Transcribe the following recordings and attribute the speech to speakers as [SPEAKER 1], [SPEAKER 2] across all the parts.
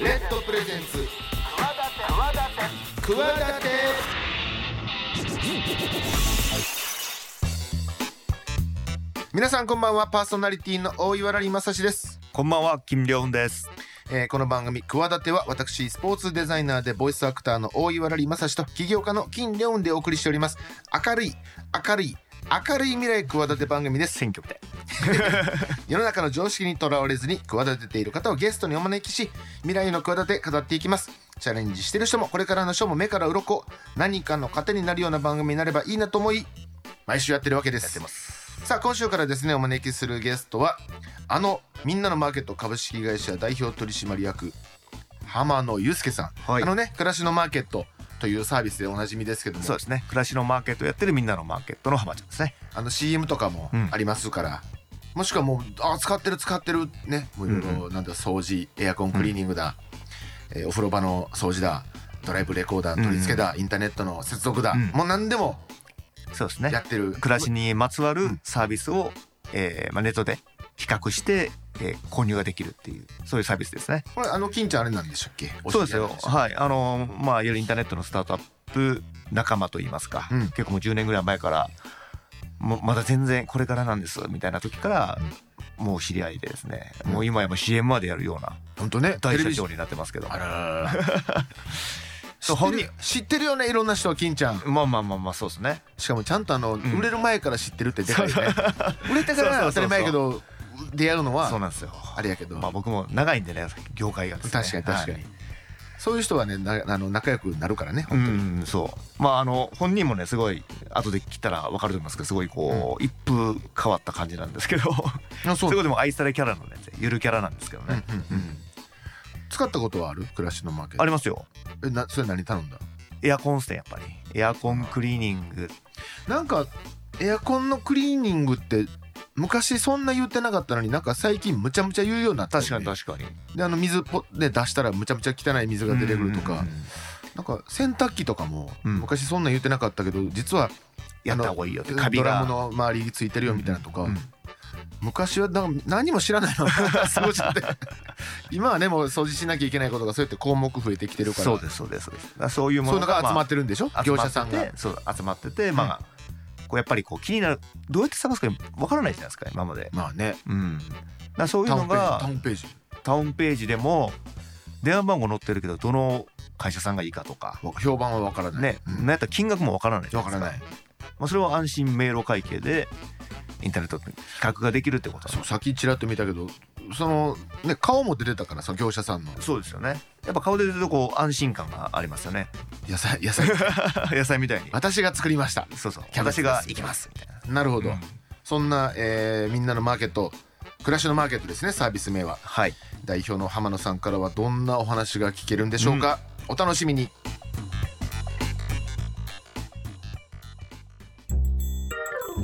[SPEAKER 1] レッドプレゼンツ企て皆さんこんばんはパーソナリティの大岩良正史です、
[SPEAKER 2] こんばんは、金良雲です。
[SPEAKER 1] えーこの番組「企て」は私スポーツデザイナーでボイスアクターの大岩良正史と起業家の金良雲でお送りしております明るい明るい明るい未来企て番組です
[SPEAKER 2] 選挙みたい。
[SPEAKER 1] 世の中の常識にとらわれずに企てている方をゲストにお招きし未来の企て語っていきますチャレンジしてる人もこれからの人も目から鱗何かの糧になるような番組になればいいなと思い毎週やってるわけですさあ今週からですねお招きするゲストはあのみんなのマーケット株式会社代表取締役浜野祐介さん、
[SPEAKER 2] はい
[SPEAKER 1] あのね暮らしのマーケットというサービスでおなじみですけども
[SPEAKER 2] そうですね。暮らしのマーケットやってるみんなのマーケットの浜ちゃんですね。
[SPEAKER 1] あの CM とかも
[SPEAKER 2] うん
[SPEAKER 1] ありますから、もしくはもうあ使ってる使ってるねもういろい
[SPEAKER 2] うん
[SPEAKER 1] ろなんだ掃除エアコンクリーニングだ、えーお風呂場の掃除だドライブレコーダー取り付けだ、インターネットの接続だ、
[SPEAKER 2] うん
[SPEAKER 1] もう何でも
[SPEAKER 2] そうです
[SPEAKER 1] や
[SPEAKER 2] ね
[SPEAKER 1] っ。てる
[SPEAKER 2] 暮らしにまつわるサービスを、えーまあ、ネットで比較して、えー購入ができるっていう、そういうサービスですね。
[SPEAKER 1] これあの金ちゃんあれなんでしたっけ
[SPEAKER 2] そうですよ。
[SPEAKER 1] は
[SPEAKER 2] はい。あのー、まあ、いわゆるインターネットのスタートアップ仲間といいますか、
[SPEAKER 1] うん
[SPEAKER 2] 結構もう10年ぐらい前から、もうまだ全然これからなんですみたいな時から、もう知り合いでですね、
[SPEAKER 1] うん
[SPEAKER 2] もう今やもう CM までやるような
[SPEAKER 1] 本当ね
[SPEAKER 2] 大社
[SPEAKER 1] ジ
[SPEAKER 2] 長になってますけど。
[SPEAKER 1] あらー知
[SPEAKER 2] そう
[SPEAKER 1] って
[SPEAKER 2] 本
[SPEAKER 1] る
[SPEAKER 2] 人
[SPEAKER 1] 知ってるよねいろんな人は金ちゃん
[SPEAKER 2] まあまあまあまあ、そうですね。
[SPEAKER 1] しかもちゃんとあの、
[SPEAKER 2] ん
[SPEAKER 1] 売れる前から知ってるってでかいよね売れてから当たり前やけど出会うの
[SPEAKER 2] そう
[SPEAKER 1] は
[SPEAKER 2] なんですよ。
[SPEAKER 1] あれやけど
[SPEAKER 2] まあ、僕も長いんでね業界がですね
[SPEAKER 1] 確かに確かに、
[SPEAKER 2] はい
[SPEAKER 1] そういう人はねなあの仲良くなるからね
[SPEAKER 2] う
[SPEAKER 1] 本当に、
[SPEAKER 2] んそうまああの本人もねすごい後で来たら分かると思いますけどすごいこう、一風変わった感じなんですけど
[SPEAKER 1] あ そ
[SPEAKER 2] す
[SPEAKER 1] う
[SPEAKER 2] ごいでも愛されキャラのねゆるキャラなんですけどね、
[SPEAKER 1] うんうんうん使ったことはある暮らしのマーケッ
[SPEAKER 2] あ
[SPEAKER 1] ト
[SPEAKER 2] りますよ
[SPEAKER 1] えなそれ何頼んだ
[SPEAKER 2] エアコンっすねやっぱりエアコンクリーニング
[SPEAKER 1] なんかエアコンのクリーニングって昔そんな言ってなかったのになんか最近むちゃむちゃ言うようになったよね、
[SPEAKER 2] 確かに確かに
[SPEAKER 1] であの水ポで出したらむちゃむちゃ汚い水が出てくるとか、
[SPEAKER 2] うんうんうん
[SPEAKER 1] なんか洗濯機とかも
[SPEAKER 2] うん
[SPEAKER 1] 昔そんな言ってなかったけど実は
[SPEAKER 2] やった方がいいよってカビ
[SPEAKER 1] ドラム
[SPEAKER 2] が
[SPEAKER 1] の周りについてるよみたいなとか、
[SPEAKER 2] うん
[SPEAKER 1] 昔はなんか何も知らない の過ごしちゃって今はねもう掃除しなきゃいけないことがそうやって項目増えてきてるから
[SPEAKER 2] そうですそうですそうですだからそういうも
[SPEAKER 1] そういう
[SPEAKER 2] の
[SPEAKER 1] のが集ま
[SPEAKER 2] ま
[SPEAKER 1] ってるんでしょ、
[SPEAKER 2] あ
[SPEAKER 1] 業者さん
[SPEAKER 2] 集まっ
[SPEAKER 1] が
[SPEAKER 2] ててそう集まっててまあ、こうやっぱりこう気になるどうやって探すか分からないじゃないですか今まで
[SPEAKER 1] まあね
[SPEAKER 2] うん、だからそういう
[SPEAKER 1] タウ
[SPEAKER 2] の
[SPEAKER 1] ンページタ
[SPEAKER 2] が
[SPEAKER 1] ウンページ
[SPEAKER 2] タウンページでも電話番号載ってるけどどの会社さんがいいかとか、
[SPEAKER 1] 評判はわからない
[SPEAKER 2] ね
[SPEAKER 1] う
[SPEAKER 2] なんんやったら金額もわからないじゃ
[SPEAKER 1] わ
[SPEAKER 2] な
[SPEAKER 1] か
[SPEAKER 2] いです
[SPEAKER 1] らない
[SPEAKER 2] まあ、それは安心迷路会計でインターネットと比較ができるってことだ
[SPEAKER 1] そうさっきちらっと見たけどそのね顔も出てたからさ業者さんの
[SPEAKER 2] そうですよねやっぱ顔で出るとこう安心感がありますよ ね
[SPEAKER 1] 野菜野菜
[SPEAKER 2] 野菜みたいに
[SPEAKER 1] 私が作りました
[SPEAKER 2] そうそう
[SPEAKER 1] キャベツです
[SPEAKER 2] 私が行きますみたいな
[SPEAKER 1] なるほど、
[SPEAKER 2] うん
[SPEAKER 1] そんな、えーみんなのマーケット暮らしのマーケットですねサービス名は
[SPEAKER 2] はい
[SPEAKER 1] 代表の浜野さんからはどんなお話が聞けるんでしょうか、お楽しみに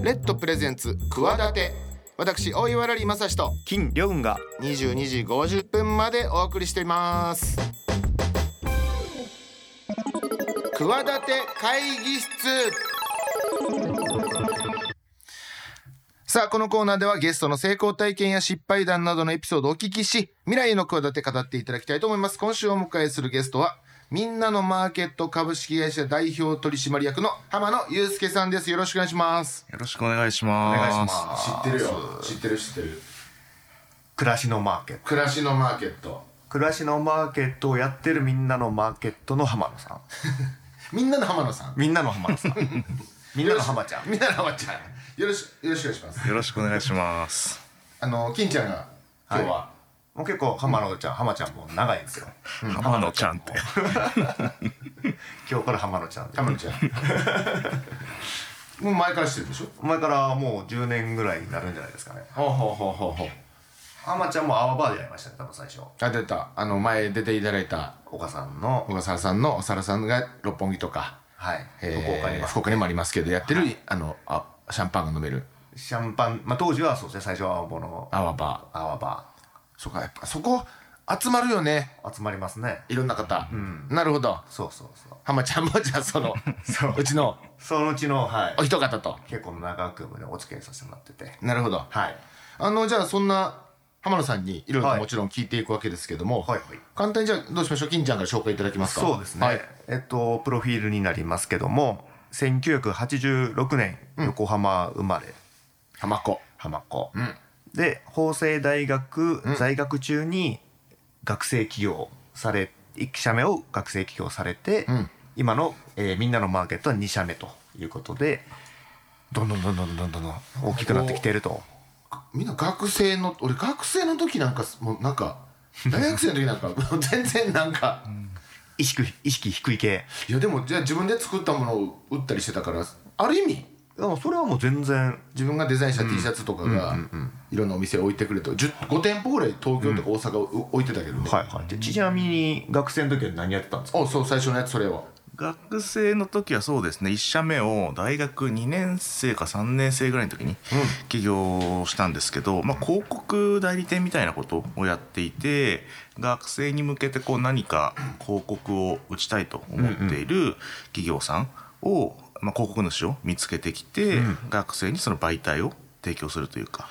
[SPEAKER 1] レッドプレゼンツ企て私大岩良利正史と
[SPEAKER 2] 金良雲が
[SPEAKER 1] 22時50分までお送りしています企て会議室さあこのコーナーではゲストの成功体験や失敗談などのエピソードをお聞きし未来への企て語っていただきたいと思います今週お迎えするゲストはみんなのマーケット株式会社代表取締役の浜野祐介さんですよろしくお願いします
[SPEAKER 3] よろしくお願いします。
[SPEAKER 2] お願いします
[SPEAKER 1] 知ってるよ知ってる知ってる
[SPEAKER 2] 暮らしのマーケット
[SPEAKER 1] 暮らしのマーケット
[SPEAKER 2] 暮らしのマーケットをやってるみんなのマーケットの浜野さん
[SPEAKER 1] みんなの浜野さん
[SPEAKER 2] みんなの浜野さ んみんなの浜ちゃん
[SPEAKER 1] みんなの浜ちゃんよろしよろしくお願いします
[SPEAKER 3] よろしくお願いします。
[SPEAKER 1] あの金ちゃんが今日は、
[SPEAKER 2] もう結構浜野ちゃん、浜ちゃんも長いんですよ。
[SPEAKER 3] 浜野ちゃんって。
[SPEAKER 2] 今日から浜野ちゃんで。
[SPEAKER 1] 浜野 ちゃんもう前からしてるでしょ
[SPEAKER 2] 前からもう10年ぐらいになるんじゃないですかね。
[SPEAKER 1] ほうほうほうほうほう
[SPEAKER 2] 浜ちゃんも泡バーでやりましたね、多分最初。
[SPEAKER 1] あ出たあの前出ていただいた
[SPEAKER 2] 岡さんの、
[SPEAKER 1] 小笠原さんのおさらさんが六本木とか、
[SPEAKER 2] はい、福
[SPEAKER 1] えー
[SPEAKER 2] 岡には
[SPEAKER 1] 福岡にもありますけどやってる、あのあシャンパンが飲める
[SPEAKER 2] シャンパン、まあ当時はそうですね、最初は青葉の
[SPEAKER 1] 泡バ
[SPEAKER 2] 泡バ
[SPEAKER 1] ーそうかやっぱそこ集まるよね
[SPEAKER 2] ー。集まりますね。
[SPEAKER 1] いろんな方、なるほど
[SPEAKER 2] そうそうそう。
[SPEAKER 1] 浜ちゃんもじゃあ その
[SPEAKER 2] そう
[SPEAKER 1] うちの
[SPEAKER 2] そのうちの、はい
[SPEAKER 1] お。一方と
[SPEAKER 2] 結構長くお付き合いさせてもらってて。
[SPEAKER 1] なるほど
[SPEAKER 2] はい。
[SPEAKER 1] あのじゃあそんな浜野さんにいろいろ
[SPEAKER 2] は
[SPEAKER 1] と
[SPEAKER 2] い
[SPEAKER 1] もちろん聞いていくわけですけども、
[SPEAKER 2] はいはい
[SPEAKER 1] 簡単にじゃあどうしましょう金ちゃんから紹介いただけますか
[SPEAKER 2] そうですね、
[SPEAKER 1] はい
[SPEAKER 2] えっとプロフィールになりますけども1986年横浜生まれ、
[SPEAKER 1] 浜子
[SPEAKER 2] 浜子、
[SPEAKER 1] ん
[SPEAKER 2] で法政大学在学中に学生起業され1社目を学生起業されて、
[SPEAKER 1] ん
[SPEAKER 2] 今の、えーみんなのマーケットは2社目ということでどんどんどんどんどんどんどん大きくなってきてると
[SPEAKER 1] みんな学生の俺学生の時なんかもうなんか大学生の時なんか もう全然なんか
[SPEAKER 2] 意識意識低い系
[SPEAKER 1] いやでもじゃあ自分で作ったものを売ったりしてたからある意味
[SPEAKER 2] でもそれはもう全然
[SPEAKER 1] 自分がデザインした T シャツとかがいろんなお店置いてくれと10 5店舗ぐらい東京とか大阪を置いてたけどね、
[SPEAKER 2] はいはいでちなみに学生の時は何やってたんですか
[SPEAKER 1] おそう最初のやつそれは
[SPEAKER 3] 学生の時はそうですね1社目を大学2年生か3年生ぐらいの時に起業したんですけど、まあ、広告代理店みたいなことをやっていて学生に向けてこう何か広告を打ちたいと思っている企業さんを、まあ、広告主を見つけてきて、学生にその媒体を提供するというか。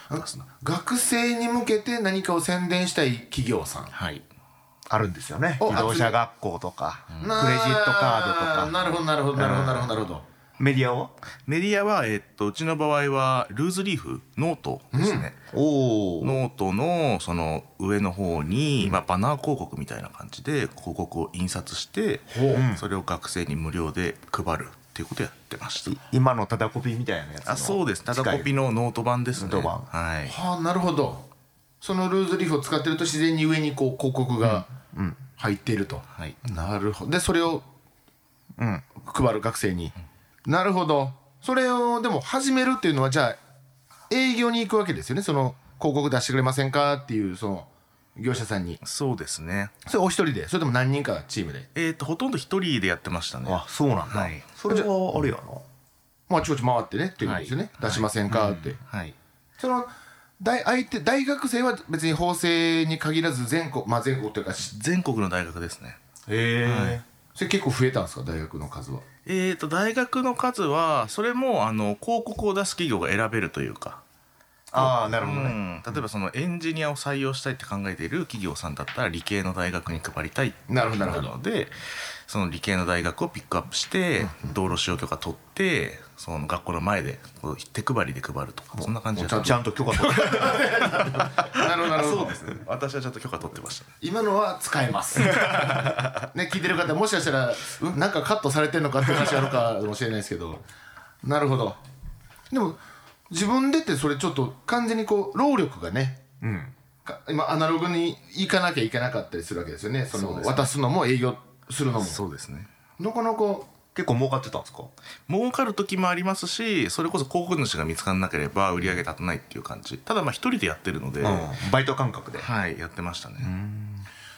[SPEAKER 1] 学生に向けて何かを宣伝したい企業さん
[SPEAKER 3] はい
[SPEAKER 2] あるんですよね
[SPEAKER 1] お
[SPEAKER 2] 自動車学校とかクレジ
[SPEAKER 1] な
[SPEAKER 2] ットカードとか
[SPEAKER 1] なるほどなるほどなるほどなるほどなるほど
[SPEAKER 2] メディアを
[SPEAKER 3] メディアは、えっと、うちの場合は、ルーズリーフ、ノートですね。
[SPEAKER 2] おお
[SPEAKER 3] ノートの、その、上の方に、まあ、バナー広告みたいな感じで、広告を印刷して、それを学生に無料で配るっていうことをやってました。
[SPEAKER 2] 今のタダコピみたいなやつの
[SPEAKER 3] あ、そうです。ただコピーのノート版ですね。
[SPEAKER 2] ノート版
[SPEAKER 3] はい。
[SPEAKER 1] はあなるほどそのルーズリーフを使ってると自然に上にこう広告が入っていると、
[SPEAKER 3] はい。
[SPEAKER 1] なるほどでそれを、うん、配る学生に、なるほどそれをでも始めるっていうのはじゃあ営業に行くわけですよねその広告出してくれませんかっていうその業者さんに
[SPEAKER 3] そうですね。
[SPEAKER 1] それお一人でそれとも何人かチームで
[SPEAKER 3] えっと、ほとんど一人でやってましたね。
[SPEAKER 2] あそうなんだ、
[SPEAKER 3] はい
[SPEAKER 2] それはあれやな、
[SPEAKER 1] まああちこち回ってねっていうんですよね、出しませんかって、
[SPEAKER 3] はい。
[SPEAKER 1] その大相手大学生は別に法政に限らず全国まあ全国というかし
[SPEAKER 3] 全国の大学ですね。
[SPEAKER 2] へえ、
[SPEAKER 1] それ結構増えたんですか大学の数は
[SPEAKER 3] えっと、大学の数は、それも、あの、広告を出す企業が選べるというか、
[SPEAKER 2] ああなるほどね、
[SPEAKER 3] うん、例えばそのエンジニアを採用したいって考えている企業さんだったら理系の大学に配りたいっていう
[SPEAKER 1] なるほどなるほど
[SPEAKER 3] のでその理系の大学をピックアップして道路使用許可取ってその学校の前でこう手配りで配るとかそんな感じで
[SPEAKER 1] もう
[SPEAKER 2] ちゃんと許可取 って
[SPEAKER 1] なるほどなるほど
[SPEAKER 3] そうですね私はちゃんと許可取ってましたね
[SPEAKER 1] 今のは使え ます。ね、聞いてる方、もしかしたら、んなんかカットされてんのかって話あるかもしれないですけど。なるほど。でも、自分でって、それちょっと完全にこう、労力がね。か今アナログに行かなきゃいけなかったりするわけですよね。その、渡すのも営業するのも。
[SPEAKER 3] そうですね
[SPEAKER 1] なかなか。
[SPEAKER 2] 結構儲かってたんですか
[SPEAKER 3] 儲かる時もありますしそれこそ広告主が見つからなければ売り上げ立たないっていう感じただまあ一人でやってるので、
[SPEAKER 2] うんバイト感覚で
[SPEAKER 3] はいやってましたね、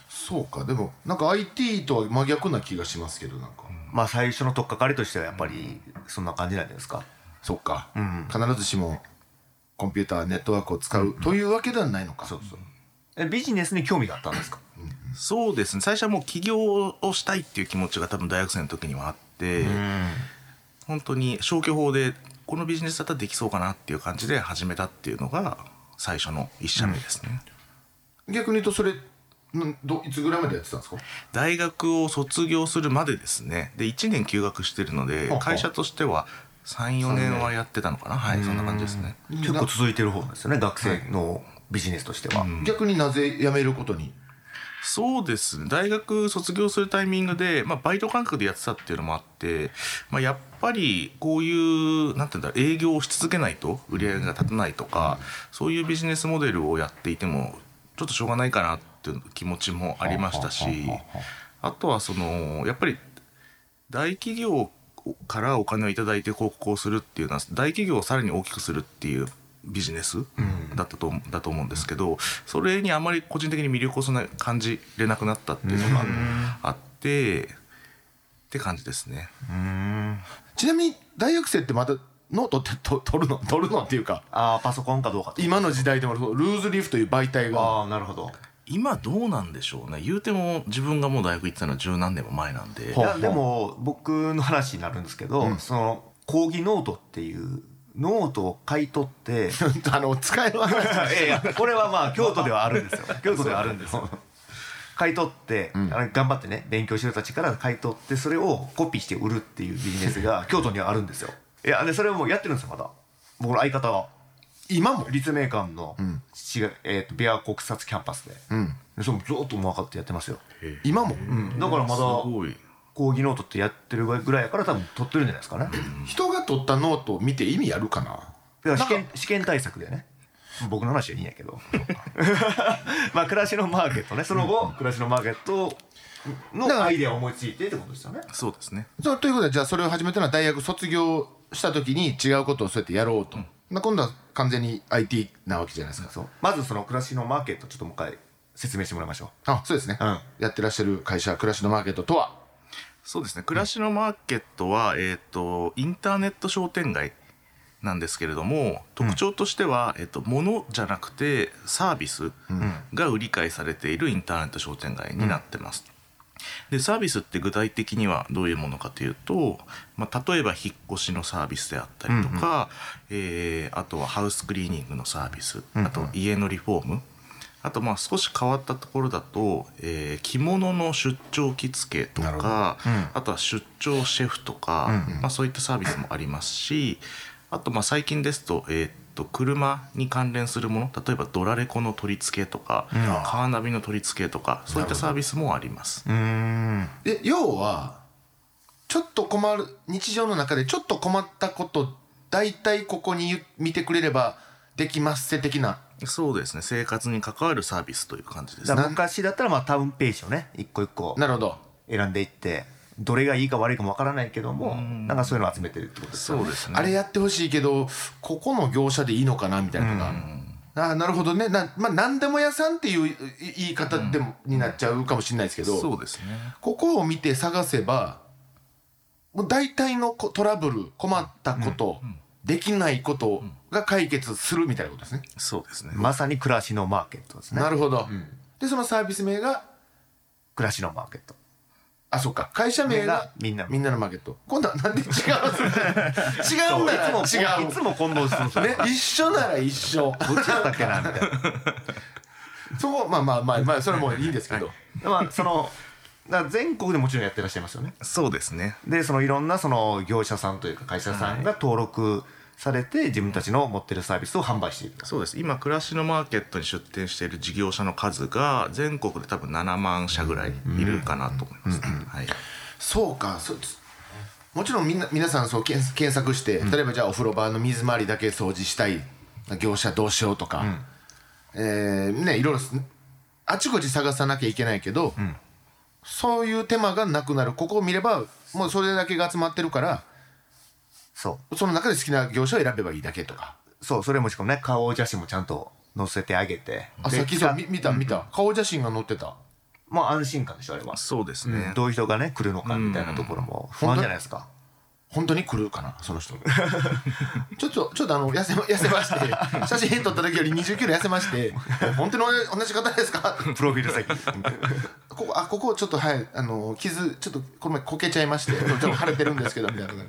[SPEAKER 1] そうか、でも、なんか I. T. とは真逆な気がしますけど、なんか。
[SPEAKER 2] まあ最初の取っかかりとしてはやっぱりそんな感じなんじゃないですか
[SPEAKER 1] そっか、必ずしも。コンピューターネットワークを使うというわけではないのか。そうそう。
[SPEAKER 2] えビジネスに興味があったんですか
[SPEAKER 3] そうですね最初はもう起業をしたいっていう気持ちが多分大学生の時にはあって本当に消去法でこのビジネスだったらできそうかなっていう感じで始めたっていうのが最初の一社目ですね、
[SPEAKER 1] 逆に言うとそれなんどいつぐらいまでやってたんですか
[SPEAKER 3] 大学を卒業するまでですねで1年休学してるので
[SPEAKER 1] あ
[SPEAKER 3] 会社としては34年はやってたのかなはいそんな感じですね
[SPEAKER 2] 結構続いてる方ですよね学生のビジネスとしては、
[SPEAKER 1] 逆になぜ辞めることに
[SPEAKER 3] そうですね大学卒業するタイミングで、まあ、バイト感覚でやってたっていうのもあって、まあ、やっぱりこういうなんていうんだろう営業をし続けないと売り上げが立たないとか、そういうビジネスモデルをやっていてもちょっとしょうがないかなっていう気持ちもありましたしあとはそのやっぱり大企業からお金をいただいて広告をするっていうのは大企業をさらに大きくするっていうビジネスだったと,、だと思うんですけどそれにあまり個人的に魅力をそんな感じれなくなったっていうのがあって、って感じですね。
[SPEAKER 1] ちなみに大学生ってまたノートってと取るの 取るのっていうか
[SPEAKER 2] ああパソコンかどうかと
[SPEAKER 1] 今の時代でもそうルーズリーフという媒体が
[SPEAKER 2] ああなるほど
[SPEAKER 3] 今どうなんでしょうね言うても自分がもう大学行ってたのは十何年も前なんで
[SPEAKER 2] い
[SPEAKER 1] ほう
[SPEAKER 2] やでも僕の話になるんですけど、その講義ノートっていうノートを買い取って、
[SPEAKER 1] あの使いの話
[SPEAKER 2] いやいやこれはまあ京都ではあるんですよ京都ではあるんですよ買い取って、
[SPEAKER 1] ん
[SPEAKER 2] あの頑張ってね勉強してる人たちから買い取ってそれをコピーして売るっていうビジネスが京都にはあるんですよいやでそれをもうやってるんですよまだ僕の相方は
[SPEAKER 1] 今も
[SPEAKER 2] 立命館の、違うえー、とビア国札キャンパスで,、
[SPEAKER 1] うん
[SPEAKER 2] でそれもずっと分かってやってますよ、
[SPEAKER 1] 今も
[SPEAKER 2] うん、だからますだ
[SPEAKER 3] ごい
[SPEAKER 2] 講義ノートってやってるぐらいやから多分取ってるんじゃないですかね
[SPEAKER 1] 人が取ったノートを見て意味やるかな
[SPEAKER 2] だから試験試験対策だよね僕の話はいいんや けどまあ暮らしのマーケットねその後暮らしのマーケットのアイデアを思いついてってことですよね
[SPEAKER 3] そうですね
[SPEAKER 1] そうということでじゃあそれを始めたのは大学卒業した時に違うことをそうやってやろうと、まあ今度は完全に IT なわけじゃないですか
[SPEAKER 2] そうまずその暮らしのマーケットちょっともう一回説明してもらいましょ
[SPEAKER 1] あそうですね、
[SPEAKER 2] うん
[SPEAKER 1] やってらっしゃる会社暮らしのマーケットとは
[SPEAKER 3] そうですね暮らしのマーケットは、えっ、とインターネット商店街なんですけれども特徴としては、えっと物じゃなくてサービスが売り買いされているインターネット商店街になってます。でサービスって具体的にはどういうものかというと、まあ、例えば引っ越しのサービスであったりとか、えーあとはハウスクリーニングのサービス、あと家のリフォームあとまあ少し変わったところだと、えー着物の出張着付けとか、あとは出張シェフとか、まあ、そういったサービスもありますしあとまあ最近ですと,、えーっと車に関連するもの例えばドラレコの取り付けとか、カーナビの取り付けとかそういったサービスもあります
[SPEAKER 2] う。うーん
[SPEAKER 1] で要はちょっと困る日常の中でちょっと困ったこと大体ここに言う見てくれればできますせ的な
[SPEAKER 3] そうですね生活に関わるサービスという感じです
[SPEAKER 2] だ
[SPEAKER 3] ね
[SPEAKER 2] から昔だったらまあタウンページをね一個一個
[SPEAKER 1] なるほど
[SPEAKER 2] 選んでいってどれがいいか悪いかもわからないけども
[SPEAKER 3] ん
[SPEAKER 2] なんかそういうのを集めてるってことですよ
[SPEAKER 3] そ
[SPEAKER 2] ね
[SPEAKER 3] うですね
[SPEAKER 1] あれやってほしいけどここの業者でいいのかなみたいなとか、ああなるほどねな、まあ、何でも屋さんっていうい言い方でも、になっちゃうかもしれないですけど
[SPEAKER 3] そうですね
[SPEAKER 1] ここを見て探せばもう大体のこトラブル困ったこと、できないことが解決するみたいなことですね。
[SPEAKER 3] そうですね
[SPEAKER 2] まさに暮らしのマーケットですね
[SPEAKER 1] なるほど、でそのサービス名が
[SPEAKER 2] 暮らしのマーケット
[SPEAKER 1] あそっか会社名が
[SPEAKER 2] みんな
[SPEAKER 1] みんなのマーケット今度はなんで違う 違うんだら
[SPEAKER 2] そういつ
[SPEAKER 1] 違
[SPEAKER 2] も
[SPEAKER 1] う
[SPEAKER 2] いつも混同するんですよ
[SPEAKER 1] ね、一緒なら一緒
[SPEAKER 2] どっちだったっけなみたいな
[SPEAKER 1] そこまあまあまあまあそれもいいんですけど、
[SPEAKER 2] まあそのだから全国でもちろんやってらっしゃいますよね
[SPEAKER 3] そうですね
[SPEAKER 2] でそのいろんなその業者さんというか会社さんが登録されて自分たちの持ってるサービスを販売している
[SPEAKER 3] そうです今暮らしのマーケットに出店している事業者の数が全国で多分7万社ぐらいいるかなと思います、はい、
[SPEAKER 1] そうかそつもちろんみんな皆さんそう検検索して、例えばじゃあお風呂場の水回りだけ掃除したい業者どうしようとか、えーねいろいろすあちこち探さなきゃいけないけど、そういう手間がなくなるここを見ればもうそれだけが集まってるから
[SPEAKER 2] そ
[SPEAKER 1] その中で好きな業者を選べばいいだけとか。
[SPEAKER 2] うそうそれもしかもね顔写真もちゃんと載せてあげて
[SPEAKER 1] あ
[SPEAKER 2] で
[SPEAKER 1] さっきそう
[SPEAKER 2] さ
[SPEAKER 1] み見た見た、顔写真が載ってた
[SPEAKER 2] もう安心感でしょあれは、
[SPEAKER 3] そうですね、
[SPEAKER 2] どういう人がね来るのかみたいなところも不安じゃないですか、
[SPEAKER 1] 本当に来るかなその人 ちょっとちょっとあの痩せま痩せま して写真撮った時より2 0キロ痩せまして本当に同じ方ですか
[SPEAKER 2] プロフィール先
[SPEAKER 1] ここあここちょっとはいあの傷ちょっとこの前こけちゃいましてちょっと腫れてるんですけどみたいな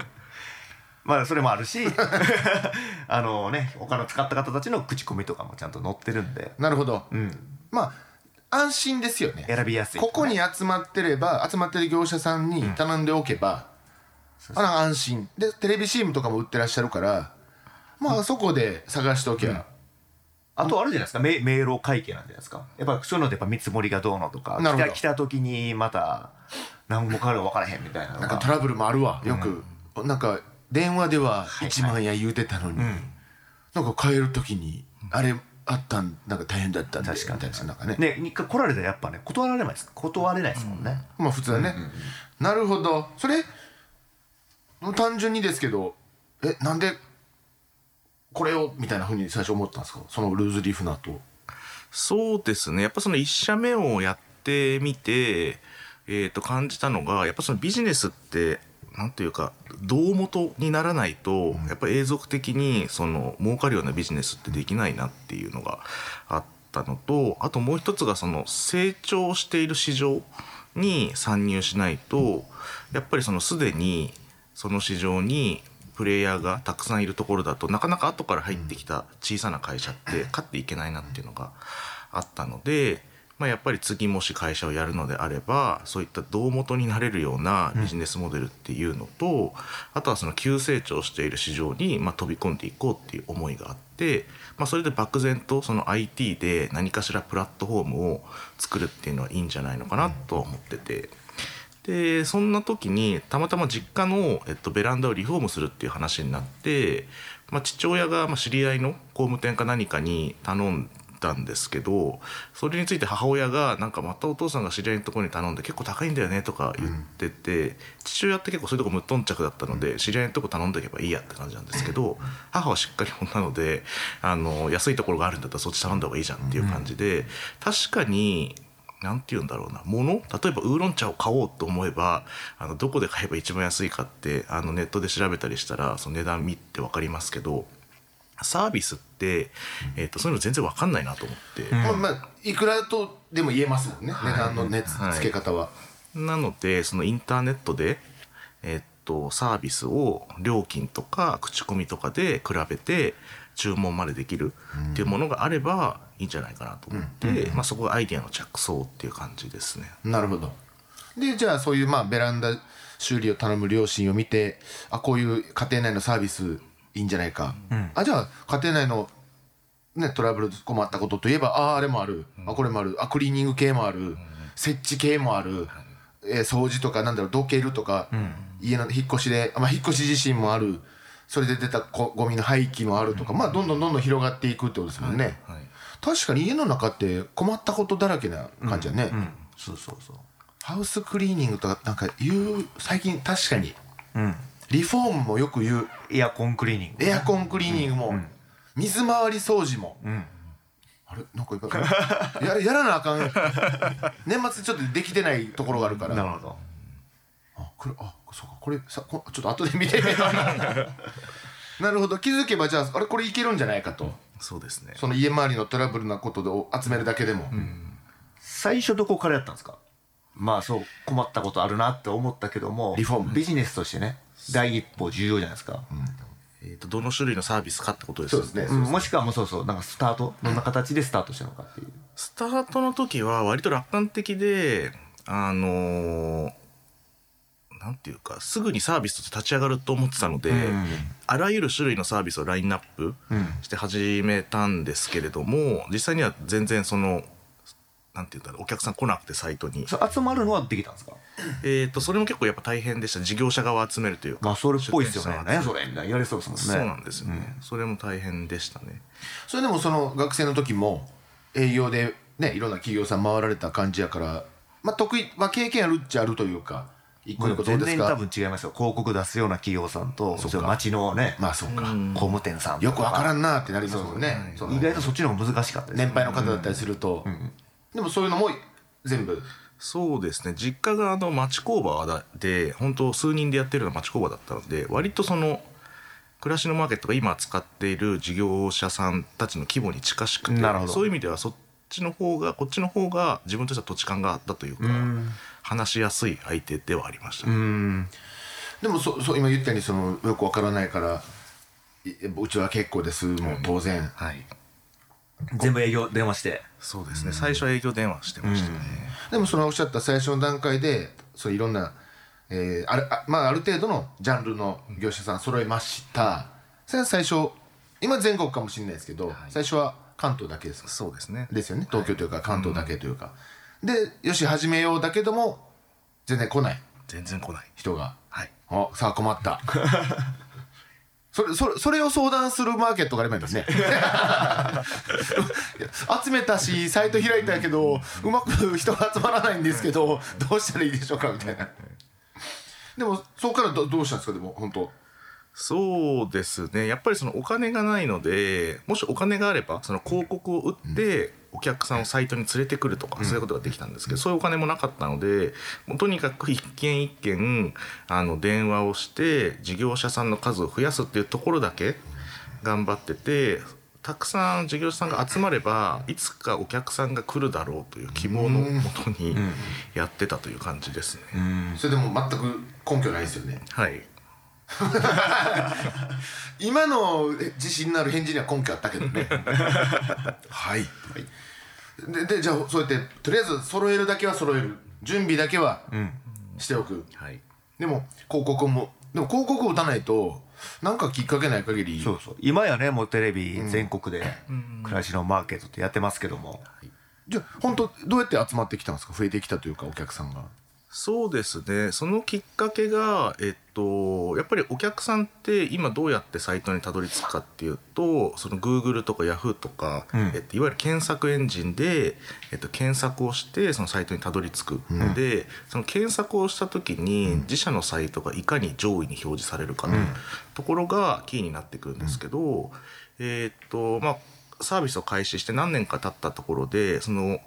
[SPEAKER 2] まあそれもあるし あのねお金使った方たちの口コミとかもちゃんと載ってるんで
[SPEAKER 1] なるほど、
[SPEAKER 2] うん
[SPEAKER 1] まあ安心ですよね
[SPEAKER 2] 選びやすい
[SPEAKER 1] ここに集まってれば集まってる業者さんに頼んでおけば、あら安心でテレビ CM とかも売ってらっしゃるからまあそこで探しておけば、
[SPEAKER 2] あとあるじゃないですか、め迷路会計なんじゃないですか。やっぱそういうのでやっぱ見積もりがどうのとか、
[SPEAKER 1] なる
[SPEAKER 2] 来
[SPEAKER 1] ほど
[SPEAKER 2] た来た時にまた何もかるか分からへんみたいなの
[SPEAKER 1] なんか
[SPEAKER 2] が
[SPEAKER 1] ト。ラブルもあるわよく、なんか電話では1万円言うてたのに、なんか帰る時にあれあったんなんか大変だったんで
[SPEAKER 2] 確かに
[SPEAKER 1] みたいななんかね
[SPEAKER 2] ね、一回来られたらやっぱね、断られないです。断れないですもんね。
[SPEAKER 1] まあ普通だね、なるほどそれ単純にですけどえなんでこれをみたいなふうに最初思ったんですかそのルーズリーフナーと
[SPEAKER 3] そうですねやっぱその1社目をやってみて、えー、と感じたのがやっぱそのビジネスってなんというか胴元にならないとやっぱ永続的にその儲かるようなビジネスってできないなっていうのがあったのとあともう一つがその成長している市場に参入しないとやっぱりそのすでにその市場にプレイヤーがたくさんいるところだとなかなか後から入ってきた小さな会社って勝っていけないなっていうのがあったので、まあ、やっぱり次もし会社をやるのであればそういった胴元になれるようなビジネスモデルっていうのと、あとはその急成長している市場にまあ飛び込んでいこうっていう思いがあって、まあ、それで漠然とその IT で何かしらプラットフォームを作るっていうのはいいんじゃないのかなとは思ってて。でそんな時にたまたま実家の、えっと、ベランダをリフォームするっていう話になって、まあ、父親が、まあ、知り合いの工務店か何かに頼んだんですけどそれについて母親がなんかまたお父さんが知り合いのところに頼んで結構高いんだよねとか言ってて、父親って結構そういうとこ無頓着だったので、知り合いのとこ頼んでおけばいいやって感じなんですけど母はしっかり女なのであの安いところがあるんだったらそっち頼んだ方がいいじゃんっていう感じで、確かになんて言うんだろうな物例えばウーロン茶を買おうと思えばあのどこで買えば一番安いかってあのネットで調べたりしたらその値段見て分かりますけどサービスって、えー、とそういうの全然分かんないなと思って、
[SPEAKER 1] まあまあいくらとでも言えますもんね、値段のねつ
[SPEAKER 3] はい
[SPEAKER 1] 付け方は、
[SPEAKER 3] なのでそのインターネットで、えっとサービスを料金とか口コミとかで比べて注文までできるっていうものがあればいいんじゃないかなと思って、まあ、そこがアイデアの着想っていう感じですね。
[SPEAKER 1] なるほどでじゃあそういうまあベランダ修理を頼む両親を見てあこういう家庭内のサービスいいんじゃないか、あじゃあ家庭内のね、トラブル困ったことといえばあああれもある、あこれもあるあクリーニング系もある、設置系もある、えー掃除とかなんだろうどけるとか、家の引っ越しで、あまあ、引っ越し自身もあるそれで出たこゴミの廃棄もあるとか、まあどんどんどんどん広がっていくってことですもんね、
[SPEAKER 3] はい
[SPEAKER 1] 確かに家の中って困ったことだらけな感じだね、
[SPEAKER 3] そうそうそう
[SPEAKER 1] ハウスクリーニングとかなんか言う最近確かに
[SPEAKER 2] うん
[SPEAKER 1] リフォームもよく言う
[SPEAKER 2] エアコンクリーニング
[SPEAKER 1] エアコンクリーニングも、水回り掃除も、あれなんか今やらやらなあかん年末ちょっとできてないところがあるから
[SPEAKER 2] なるほど
[SPEAKER 1] あこれあそうかこれさこちょっと後で見てみ ようなるほど気づけばじゃああれこれいけるんじゃないかと
[SPEAKER 3] そうですね
[SPEAKER 1] その家周りのトラブルなことでお集めるだけでも、
[SPEAKER 2] 最初どこからやったんですかまあそう困ったことあるなって思ったけども
[SPEAKER 1] リフォーム
[SPEAKER 2] ビジネスとしてね第一歩重要じゃないですか、
[SPEAKER 3] えー、とどの種類のサービスかってことです
[SPEAKER 1] そう
[SPEAKER 3] よ
[SPEAKER 1] ですね、
[SPEAKER 2] うんもしくはもうそうそうなんかスタートどんな形でスタートしたのかっていう、
[SPEAKER 3] スタートの時は割と楽観的であのーなんていうかすぐにサービスとして立ち上がると思ってたので、あらゆる種類のサービスをラインナップして始めたんですけれども、実際には全然そのなんていうんだろうお客さん来なくてサイトに、
[SPEAKER 2] それ集まるのはできたんですか
[SPEAKER 3] えー、とそれも結構やっぱ大変でした事業者側を集めるというか、
[SPEAKER 2] まあそれっぽいですよ
[SPEAKER 3] 出
[SPEAKER 2] ね何
[SPEAKER 3] 店者
[SPEAKER 2] やそれみたいなやりそうですもんね
[SPEAKER 3] そうなんですよね、それも大変でしたね。
[SPEAKER 1] それでもその学生の時も営業でねいろんな企業さん回られた感じやからまあ得意まあ経験あるっちゃあるというか一個
[SPEAKER 2] こ
[SPEAKER 1] 一
[SPEAKER 2] れ
[SPEAKER 1] 個どう
[SPEAKER 2] 全
[SPEAKER 1] です
[SPEAKER 2] 然多
[SPEAKER 1] か
[SPEAKER 2] 分違いますよ広告出すような企業さんとその町のね、
[SPEAKER 1] まあそうか、
[SPEAKER 2] 工務店さんと
[SPEAKER 1] よくわからんなってなりますもんねその
[SPEAKER 2] 意外とそっちの方が難しかったです、
[SPEAKER 1] 年配の方だったりすると、でもそういうのも全部
[SPEAKER 3] そうですね実家があの町工場だで本当数人でやってるような町工場だったので割とその暮らしのマーケットが今使っている事業者さんたちの規模に近しくて
[SPEAKER 2] なるほど
[SPEAKER 3] そういう意味ではそっちの方がこっちの方が自分としては土地感があったというか話しやすい相手ではありましたね、
[SPEAKER 1] でもそそう今言ったようにそのよくわからないからいうちは結構ですもう当然、
[SPEAKER 3] はい
[SPEAKER 2] 全部営業電話して
[SPEAKER 3] そうですね最初は営業電話してましたね、
[SPEAKER 1] でもそのおっしゃった最初の段階でそういろんな、えーあるあまあ、ある程度のジャンルの業者さん揃えましたそれは最初今全国かもしれないですけど、最初は関東だけですか
[SPEAKER 3] そうですね
[SPEAKER 1] ですよね東京というか関東だけというか、でよし始めようだけども全然来ない
[SPEAKER 3] 全然来ない
[SPEAKER 1] 人が
[SPEAKER 3] はい
[SPEAKER 1] あさあ困ったそれそれそれを相談するマーケットがあればいいんですねいや集めたしサイト開いたけどうまく人が集まらないんですけどどうしたらいいでしょうかみたいなでもそこからどどうしたんですかでも本当
[SPEAKER 3] そうですねやっぱりそのお金がないのでもしお金があればその広告を打ってお客さんをサイトに連れてくるとか、そういうことができたんですけど、そういうお金もなかったのでもうとにかく一件一件あの電話をして事業者さんの数を増やすっていうところだけ頑張ってて。たくさん事業者さんが集まればいつかお客さんが来るだろうという希望のもとにやってたという感じですね。
[SPEAKER 1] それでも全く根拠ないですよね
[SPEAKER 3] はい、
[SPEAKER 1] 今の自信のある返事には根拠あったけど ね
[SPEAKER 4] はい
[SPEAKER 1] ででじゃあそうやってとりあえず揃えるだけは揃える準備だけはしておく、
[SPEAKER 3] はい
[SPEAKER 1] でも広告もでも広告を打たないとなんかきっかけない限り
[SPEAKER 2] そうそう今やねもうテレビ全国で暮らしのマーケットってやってますけども、
[SPEAKER 1] じゃあ本当どうやって集まってきたんですか増えてきたというかお客さんが
[SPEAKER 3] そうですねそのきっかけが、えっと、やっぱりお客さんって今どうやってサイトにたどり着くかっていうとその Google とか Yahoo とか、えっと、いわゆる検索エンジンで、えっと、検索をしてそのサイトにたどり着くので、その検索をした時に自社のサイトがいかに上位に表示されるかというところがキーになってくるんですけど、えっとまあサービスを開始して何年か経ったところでその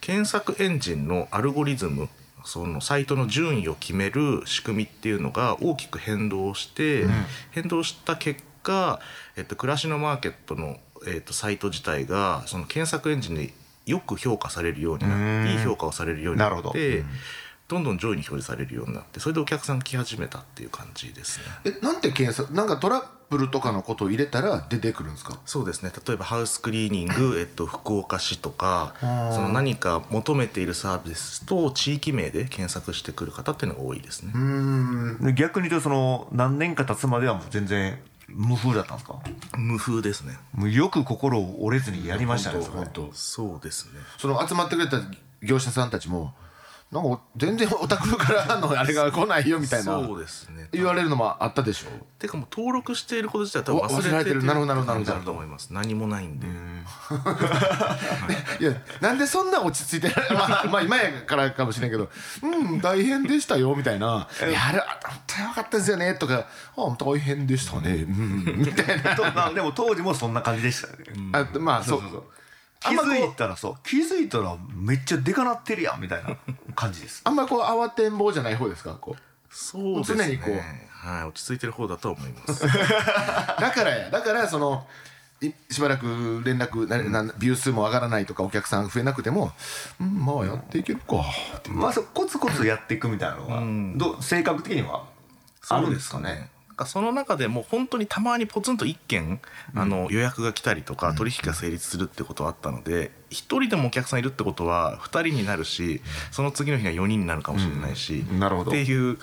[SPEAKER 3] 検索エンジンのアルゴリズムそのサイトの順位を決める仕組みっていうのが大きく変動して、変動した結果、えっと、暮らしのマーケットの、えっと、サイト自体がその検索エンジンでよく評価されるようになっていい評価をされるように
[SPEAKER 2] なる
[SPEAKER 3] な
[SPEAKER 2] ほ
[SPEAKER 3] っ
[SPEAKER 2] ど
[SPEAKER 3] てどんどん上位に表示されるようになってそれでお客さんが来始めたっていう感じですね。
[SPEAKER 1] えなんて検索なんかトラブルとかのことを入れたら出てくるんですか
[SPEAKER 3] そうですね例えばハウスクリーニング、えっと、福岡市とかその何か求めているサービスと地域名で検索してくる方っていうのが多いですね。
[SPEAKER 2] で逆に言うとその何年か経つまではもう全然無風だったんですか
[SPEAKER 3] 無風ですね
[SPEAKER 2] もうよく心を折れずにやりましたねそれ
[SPEAKER 1] 本当
[SPEAKER 3] そうですね
[SPEAKER 1] その集まってくれた業者さんたちもなんかお全然お宅からのあれが来ないよみたいな
[SPEAKER 3] そうですね
[SPEAKER 1] 言われるのもあったでしょ
[SPEAKER 3] てかもう登録していること自体は多分忘れて
[SPEAKER 1] お忘れてるなるほどなるほどなるほど
[SPEAKER 3] なると思います何もないんで
[SPEAKER 1] いやなんでそんな落ち着いて まあ、まあ今やからかもしれんけど「うん大変でしたよ」みたいな「いやあれあ本当によかったですよね」とか「あ大変でしたね」うんみたいな
[SPEAKER 2] とまあでも当時もそんな感じでしたね、
[SPEAKER 1] あまあそうあ
[SPEAKER 2] 気
[SPEAKER 1] んまこう
[SPEAKER 2] づいたらそう気づいたらめっちゃでかなってるやんみたいな感じです
[SPEAKER 1] あんまこう慌てんぼうじゃない方ですかこう
[SPEAKER 3] そうですね
[SPEAKER 1] 常にこう
[SPEAKER 3] はい落ち着いてる方だとは思います
[SPEAKER 1] だからやだからそのいしばらく連絡ななビュー数も上がらないとかお客さん増えなくても「うんまあやっていけるか」って
[SPEAKER 2] まあ そうコツコツやっていくみたいなのが、どう性格的にはあるんですかね
[SPEAKER 3] なんかその中でもう本当にたまにポツンと1件、あの予約が来たりとか取引が成立するってことはあったので1人でもお客さんいるってことは2人になるしその次の日が4人になるかもしれないし、
[SPEAKER 1] なるほど
[SPEAKER 3] っていう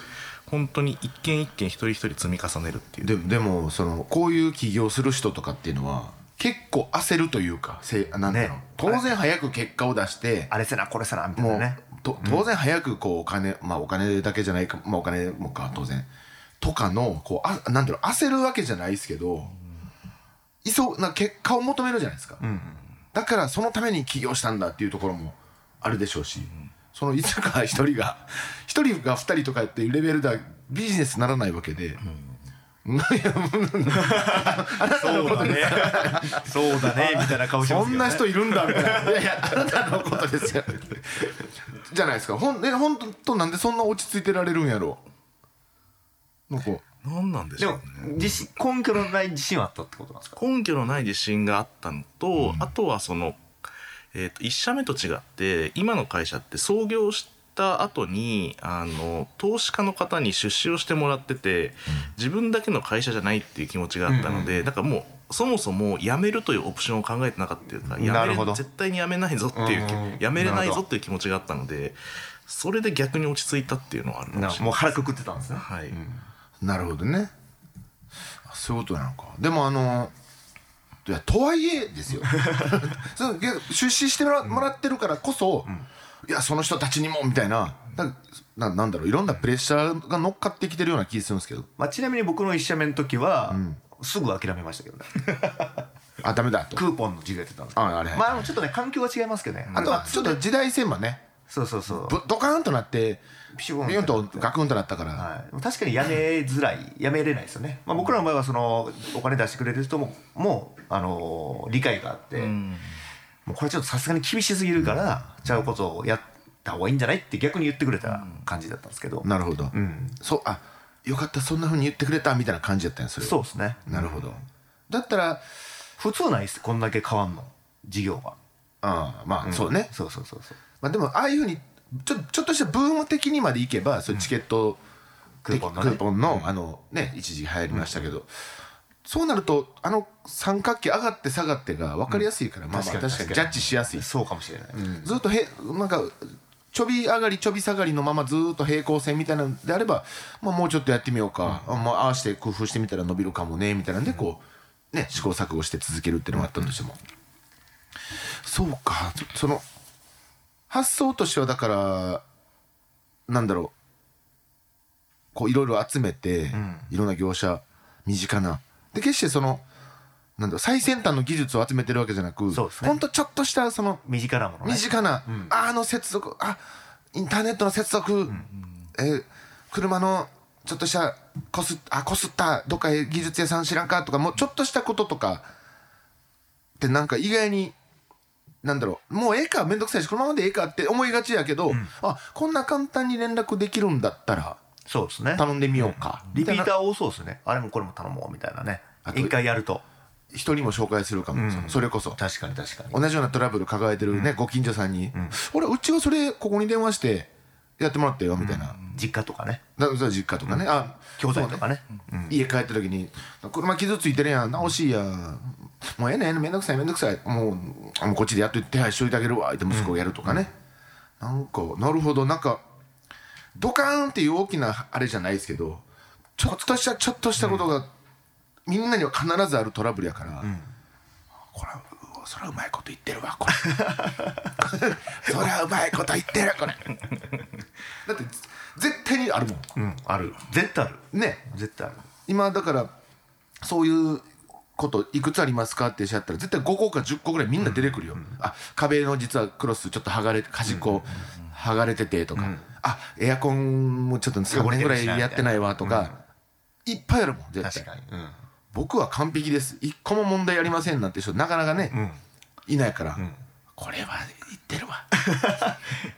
[SPEAKER 3] 本当に一件一件一人一人積み重ねるっていう
[SPEAKER 1] ででもそのこういう起業する人とかっていうのは結構焦るというかせなんていうの、
[SPEAKER 2] ね
[SPEAKER 1] 当然早く結果を出して
[SPEAKER 2] あれせなこれせなみたい
[SPEAKER 1] も
[SPEAKER 2] な
[SPEAKER 1] う、
[SPEAKER 2] ね
[SPEAKER 1] と当然早くこうお金、まあ、お金だけじゃないか、まあ、お金もか当然とかのこうあなんていうの焦るわけじゃないですけど、急な結果を求めるじゃないですか、だからそのために起業したんだっていうところもあるでしょうし、そのいつか一人が一人が二人とかっていうレベルではビジネスならないわけで。いや
[SPEAKER 2] そう だねそうだねみたいな顔してま
[SPEAKER 1] そん
[SPEAKER 2] すけど、ね、
[SPEAKER 1] な人いるんだみたいな。いやいや、あなたのことですよ。じゃないですか。ほん、え、本当なんでそんな落ち着いてられるんやろなんか、
[SPEAKER 3] 何なんでし
[SPEAKER 2] で
[SPEAKER 3] ょう
[SPEAKER 2] も
[SPEAKER 3] ね
[SPEAKER 2] 自信根拠のない自信はあったってことなんですか
[SPEAKER 3] 根拠のない自信があったのと、あとはその、えー、と1社目と違って今の会社って創業した後にあの投資家の方に出資をしてもらってて自分だけの会社じゃないっていう気持ちがあったので、だからもうそもそも辞めるというオプションを考えてなかったというか辞
[SPEAKER 2] なる
[SPEAKER 3] め
[SPEAKER 2] ほど
[SPEAKER 3] れ絶対に辞めないぞっていう
[SPEAKER 2] うんうん
[SPEAKER 3] 辞めれないぞっていう気持ちがあったのでそれで逆に落ち着いたっていうのはあるかも
[SPEAKER 2] な
[SPEAKER 3] しれない。
[SPEAKER 2] もう腹くくってたんですね
[SPEAKER 3] はい
[SPEAKER 1] なるほどね。あそういうことなのか。でもあの、いや、とはいえです よ。そういや出資してもらもらってるからこそ、いや、その人たちにも、みたいな。なななんだろういろんなプレッシャーが乗っかってきてるような気がするんですけど
[SPEAKER 2] まあ、ちなみに僕の1社目の時は、すぐ諦めましたけど ね
[SPEAKER 1] あダメだと
[SPEAKER 2] クーポンの授業やってたんですけど
[SPEAKER 1] ああれ、
[SPEAKER 2] まあでもちょっとね環境は違いますけどね
[SPEAKER 1] あとはちょっと時代性もね
[SPEAKER 2] そうそうそう
[SPEAKER 1] ぶドカーンとなって
[SPEAKER 2] ピシュボン
[SPEAKER 1] ビュンとガクンとなったから、
[SPEAKER 2] はい、確かにやめづらいやめれないですよね、まあ、僕らの場合はそのお金出してくれる人ももう、あのー理解があって、もうこれちょっとさすがに厳しすぎるから、ちゃうことをやった方がいいんじゃないって逆に言ってくれた感じだったんですけど、
[SPEAKER 1] なるほど、そうあよかったそんなふうに言ってくれたみたいな感じだったんですよ
[SPEAKER 2] そうですね
[SPEAKER 1] なるほどだったら
[SPEAKER 2] 普通ないですこんだけ変わんの事業が
[SPEAKER 1] ああまあ、そうね、
[SPEAKER 2] そうそうそうそう
[SPEAKER 1] まあ、でもああいうふうにちょちょっとしたブーム的にまでいけばそういうチケット
[SPEAKER 2] クーポンの
[SPEAKER 1] ク
[SPEAKER 2] ね
[SPEAKER 1] ーポンのあのね一時流行りましたけど、そうなるとあの三角形上がって下がってが分かりやすいから、まあまあ
[SPEAKER 2] 確かに
[SPEAKER 1] 確かにジャッジしやすい
[SPEAKER 2] そうかもしれない、
[SPEAKER 1] ずっとへなんかちょび上がりちょび下がりのままずっと平行線みたいなのであれば、まあ、もうちょっとやってみようか、あまあ、ああして工夫してみたら伸びるかもねみたいなんでこう、ね、試行錯誤して続けるっていうのがあったとしても、そうかそその発想としてはだからなんだろうこういろいろ集めて、いろんな業者身近なで決してそのなんだろう最先端の技術を集めてるわけじゃなく
[SPEAKER 2] そうですね
[SPEAKER 1] ほんとちょっとしたその
[SPEAKER 2] 身近なものね
[SPEAKER 1] 身近な、あの接続あインターネットの接続、えー車のちょっとしたこすあこすったどっかへ技術屋さん知らんかとかもうちょっとしたこととかってなんか意外になんだろうもうええか面倒くさいしこのままでええかって思いがちやけど、あこんな簡単に連絡できるんだったら
[SPEAKER 2] そうですね
[SPEAKER 1] 頼んでみようか、
[SPEAKER 2] リピータ
[SPEAKER 1] ー
[SPEAKER 2] ー多そうですねあれもこれも頼もうみたいなね
[SPEAKER 1] あと
[SPEAKER 2] 一回やると
[SPEAKER 1] 人にも紹介するかも、そのそれこそ
[SPEAKER 2] 確かに確かに
[SPEAKER 1] 同じようなトラブル抱えてるね、ご近所さんに、俺うちはそれここに電話してやってもらったよみたいな、
[SPEAKER 2] 実家とかね
[SPEAKER 1] だから実家とかね、あ
[SPEAKER 2] 兄弟とかね
[SPEAKER 1] そうね家帰った時に「車傷ついてるやん直しいやんもうええねんええねんめんどくさいめんどくさいもうあもうこっちでやっといて手配しといてあげるわ」って息子がやるとかね、なんかなるほどなんかドカーンっていう大きなあれじゃないですけどちょっとしたちょっとしたことが、みんなには必ずあるトラブルやから、これはうわそれはうまいこと言ってるわこれそれはうまいこと言ってるこれだって絶対にあるもん
[SPEAKER 2] うんある絶対ある
[SPEAKER 1] ね
[SPEAKER 2] 絶対ある
[SPEAKER 1] 今だからそういうこといくつありますかってしゃったら絶対5個か10個ぐらいみんな出てくるよ、あ壁の実はクロスちょっと剥がれ端っこ剥がれててとか、あエアコンもちょっと3年ぐらいやってないわとか、いっぱいあるもん絶対
[SPEAKER 2] 確かにうん
[SPEAKER 1] 僕は完璧です一個も問題ありませんなんて人なかなかね、いないから、これは言ってるわ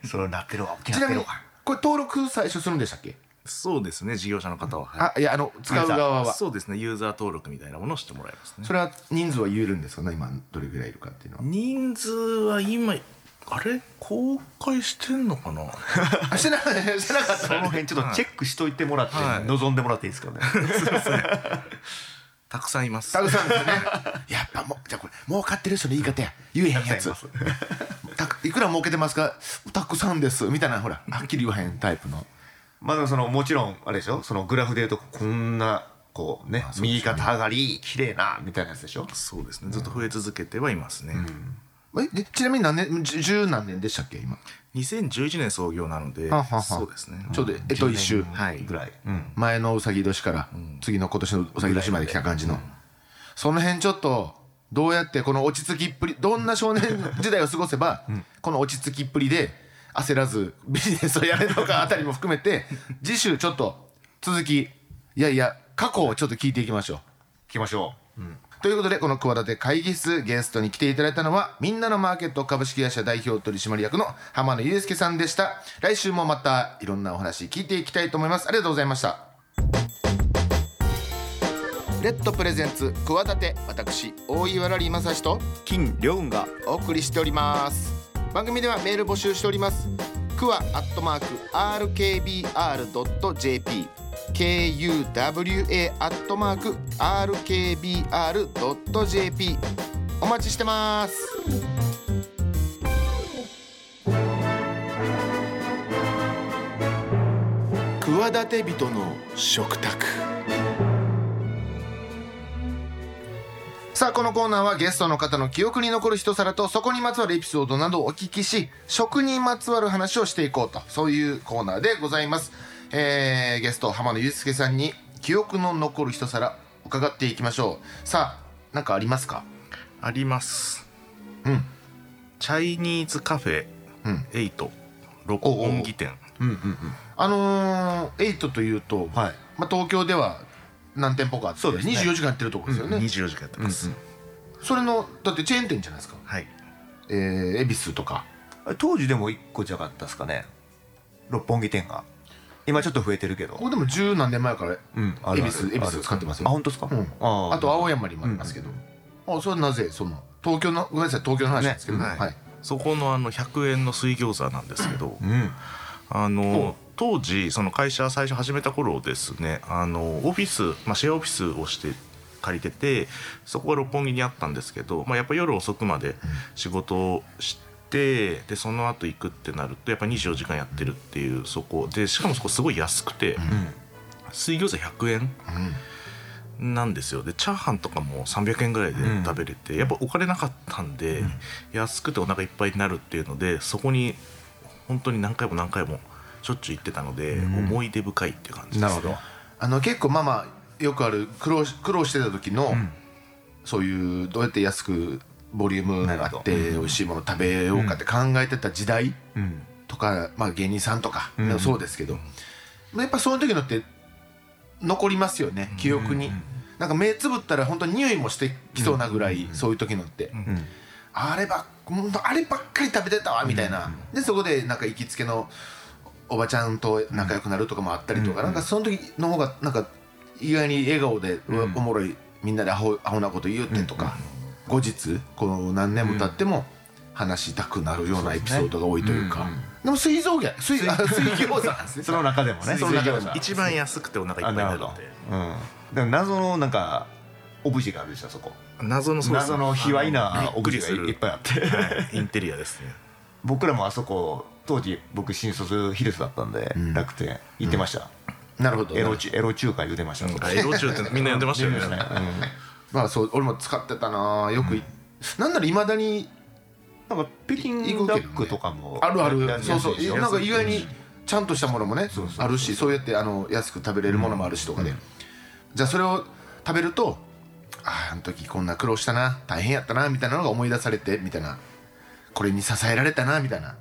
[SPEAKER 2] それなってるわ
[SPEAKER 1] ちなみにこれ登録最初するんでしたっけ
[SPEAKER 3] そうですね事業者の方は、はい
[SPEAKER 1] あいやあの使う側は
[SPEAKER 3] そうですねユーザー登録みたいなものをしてもらいますね
[SPEAKER 1] それは人数は言えるんですかね今どれぐらいいるかっていうのは
[SPEAKER 3] 人数は今あれ公開してんのかな
[SPEAKER 1] あしてな かったしてなかっ
[SPEAKER 2] その辺ちょっとチェックしといてもらって
[SPEAKER 3] はい
[SPEAKER 2] 望んでもらっていいですかね
[SPEAKER 3] たくさんいます
[SPEAKER 1] たたくさんですねやっぱもうじゃあこれ儲かってる人の言い方や言えへんやつ
[SPEAKER 2] たくさんい
[SPEAKER 1] たくいくら儲けてますかたくさんですみたいなほらはっきり言わへんタイプの
[SPEAKER 2] まあでもそのもちろんあれでしょそのグラフで言うとこんなこうね右肩上がり綺麗なみたいなやつでしょ
[SPEAKER 3] そうですねずっと増え続けてはいますね、
[SPEAKER 1] えでちなみに何年十十何年でしたっけ今
[SPEAKER 3] 2011年創業なので
[SPEAKER 1] はあはあはあ
[SPEAKER 3] そうですね
[SPEAKER 1] ちょうどえっと一周
[SPEAKER 3] はい
[SPEAKER 2] ぐらいうん
[SPEAKER 1] 前のうさぎ年から次の今年のうさぎ年まで来た感じのその辺ちょっとどうやってこの落ち着きっぷりどんな少年時代を過ごせばこの落ち着きっぷりで焦らずビジネスをやれるのかあたりも含めて次週ちょっと続きいやいや過去をちょっと聞いていきましょう。
[SPEAKER 2] 行きましょう
[SPEAKER 1] ということでこの企て会議室ゲストに来ていただいたのはみんなのマーケット株式会社代表取締役の浜野祐介さんでした来週もまたいろんなお話聞いていきたいと思いますありがとうございましたレッドプレゼンツ企て私大岩良利正史と
[SPEAKER 5] 金良雲が
[SPEAKER 1] お送りしております番組ではメール募集しておりますくわアットマーク RKBR.jp KUWA アットマーク RKBR.jp お待ちしてます企て人の食卓さあこのコーナーはゲストの方の記憶に残る一皿とそこにまつわるエピソードなどをお聞きし食にまつわる話をしていこうとそういうコーナーでございます、えーゲスト浜野祐介さんに記憶の残る一皿伺っていきましょうさあ何かありますか
[SPEAKER 3] あります
[SPEAKER 1] うん
[SPEAKER 3] チャイニーズカフェ
[SPEAKER 1] うん
[SPEAKER 3] エイト六本木店
[SPEAKER 2] うんうんうん
[SPEAKER 1] あのー、エイトというと、
[SPEAKER 2] はい
[SPEAKER 1] まあ、東京では何店舗かあって、
[SPEAKER 2] そうですね
[SPEAKER 1] 24時間やってるところですよね、
[SPEAKER 3] 24時間やってます、
[SPEAKER 1] それのだってチェーン店じゃないですか
[SPEAKER 3] はい
[SPEAKER 1] えー恵比寿とか
[SPEAKER 2] 当時でも1個じゃなかったですかね六本木店が今ちょっと増えてるけど
[SPEAKER 1] ここでも十何年前から
[SPEAKER 2] うんあ
[SPEAKER 1] 恵
[SPEAKER 2] るあ
[SPEAKER 1] 比
[SPEAKER 2] る
[SPEAKER 1] 寿恵比寿使ってますよ
[SPEAKER 2] あ本当ですか、
[SPEAKER 1] うん
[SPEAKER 2] あー
[SPEAKER 1] あと青山にもありますけど、あそれはなぜその東京のごめんなさい東京の話なんですけど、
[SPEAKER 3] ね
[SPEAKER 1] はい
[SPEAKER 3] そこのあの100円の水餃子なんですけど、
[SPEAKER 2] うん
[SPEAKER 3] あの当時その会社最初始めた頃ですねあのオフィス、まあ、シェアオフィスをして借りててそこが六本木にあったんですけど、まあ、やっぱ夜遅くまで仕事をしてでその後行くってなるとやっぱ24時間やってるっていうそこでしかもそこすごい安くて、水餃子100円。なんですよでチャーハンとかも300円ぐらいで食べれて、やっぱお金なかったんで、安くてお腹いっぱいになるっていうのでそこに本当に何回も何回もしょっちゅう行ってたので、思い出深いっていう感じです、ね、
[SPEAKER 1] なるほどあの結構まあまあよくある苦労し苦労してた時の、そういうどうやって安くボリューム
[SPEAKER 6] なる
[SPEAKER 1] あ
[SPEAKER 6] ほど
[SPEAKER 1] って美味しいもの食べようかって考えてた時代とか、まあ、芸人さんとか、そうですけど、まあやっぱそういう時のって残りますよね記憶に、なんか目つぶったら本当に匂いもしてきそうなぐらい、そういう時のって、あれば本当あればっかり食べてたわみたいな、でそこでなんか行きつけのおばちゃんと仲良くなるとかもあったりとか、なんかその時の方がなんか意外に笑顔で、うわおもろいみんなでアホアホなこと言うってとか、後日この何年も経っても話したくなるようなエピソードが多いというか。でも水蔵餃水 あ水餃子なんですね。
[SPEAKER 6] その中でもね
[SPEAKER 1] その中でも
[SPEAKER 6] 水餃子
[SPEAKER 3] 一番安くてお腹いっぱい
[SPEAKER 6] あな
[SPEAKER 3] になる
[SPEAKER 6] る
[SPEAKER 3] っ
[SPEAKER 6] ほど
[SPEAKER 3] て
[SPEAKER 6] うんでも謎のなんかオブジェがあるでしょそこ
[SPEAKER 3] 謎のそうですね
[SPEAKER 6] 謎の卑猥
[SPEAKER 3] あ
[SPEAKER 6] な
[SPEAKER 3] の
[SPEAKER 6] オ
[SPEAKER 3] びっく
[SPEAKER 6] ブジ
[SPEAKER 3] り
[SPEAKER 6] ェ
[SPEAKER 3] す
[SPEAKER 6] が
[SPEAKER 3] る
[SPEAKER 6] いっぱいあって
[SPEAKER 3] はいインテリアですね
[SPEAKER 6] 僕らもあそこ当時僕新卒ヒルズだったんで、楽天行ってました、
[SPEAKER 1] なるほど。
[SPEAKER 6] エロ中エロ中華言うてました、そこ
[SPEAKER 3] あエロ中ってみんな呼んでましたよね
[SPEAKER 6] 出てましたねうん
[SPEAKER 1] まあそう俺も使ってたなよくい、なんならいまだに
[SPEAKER 6] なんか北京ダックとかも
[SPEAKER 1] あるあ
[SPEAKER 6] やり
[SPEAKER 1] るそ
[SPEAKER 6] や
[SPEAKER 1] う
[SPEAKER 6] す
[SPEAKER 1] そ
[SPEAKER 6] いでしょ
[SPEAKER 1] うなんか意外にちゃんとしたものもねあるしそうやってあの安く食べれるものもあるしとかで、じゃあそれを食べるとあああの時こんな苦労したな大変やったなみたいなのが思い出されてみたいなこれに支えられたなみたいな、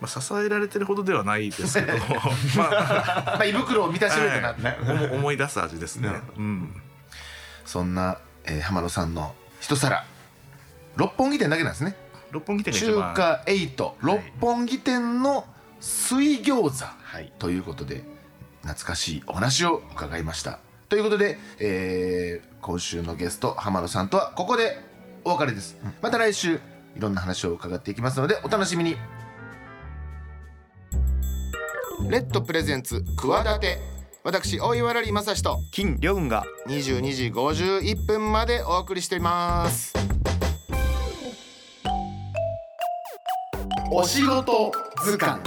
[SPEAKER 3] まあ、支えられてるほどではないですけどまあ
[SPEAKER 1] まあ、胃袋を満たしめたな、
[SPEAKER 3] 思思い出す味ですね、うん、
[SPEAKER 1] そんな、えー浜野さんの一皿六本木店だけなんですね
[SPEAKER 3] 六本木店が一
[SPEAKER 1] 中
[SPEAKER 3] 番
[SPEAKER 1] 華エイト六本木店の水餃子
[SPEAKER 3] はい
[SPEAKER 1] ということで懐かしいお話を伺いましたということで、えー今週のゲスト浜野さんとはここでお別れですまた来週いろんな話を伺っていきますのでお楽しみにレッドプレゼンツ企て私大岩良利正史と
[SPEAKER 2] 金良雲が
[SPEAKER 1] 22時51分までお送りしていますお仕事図鑑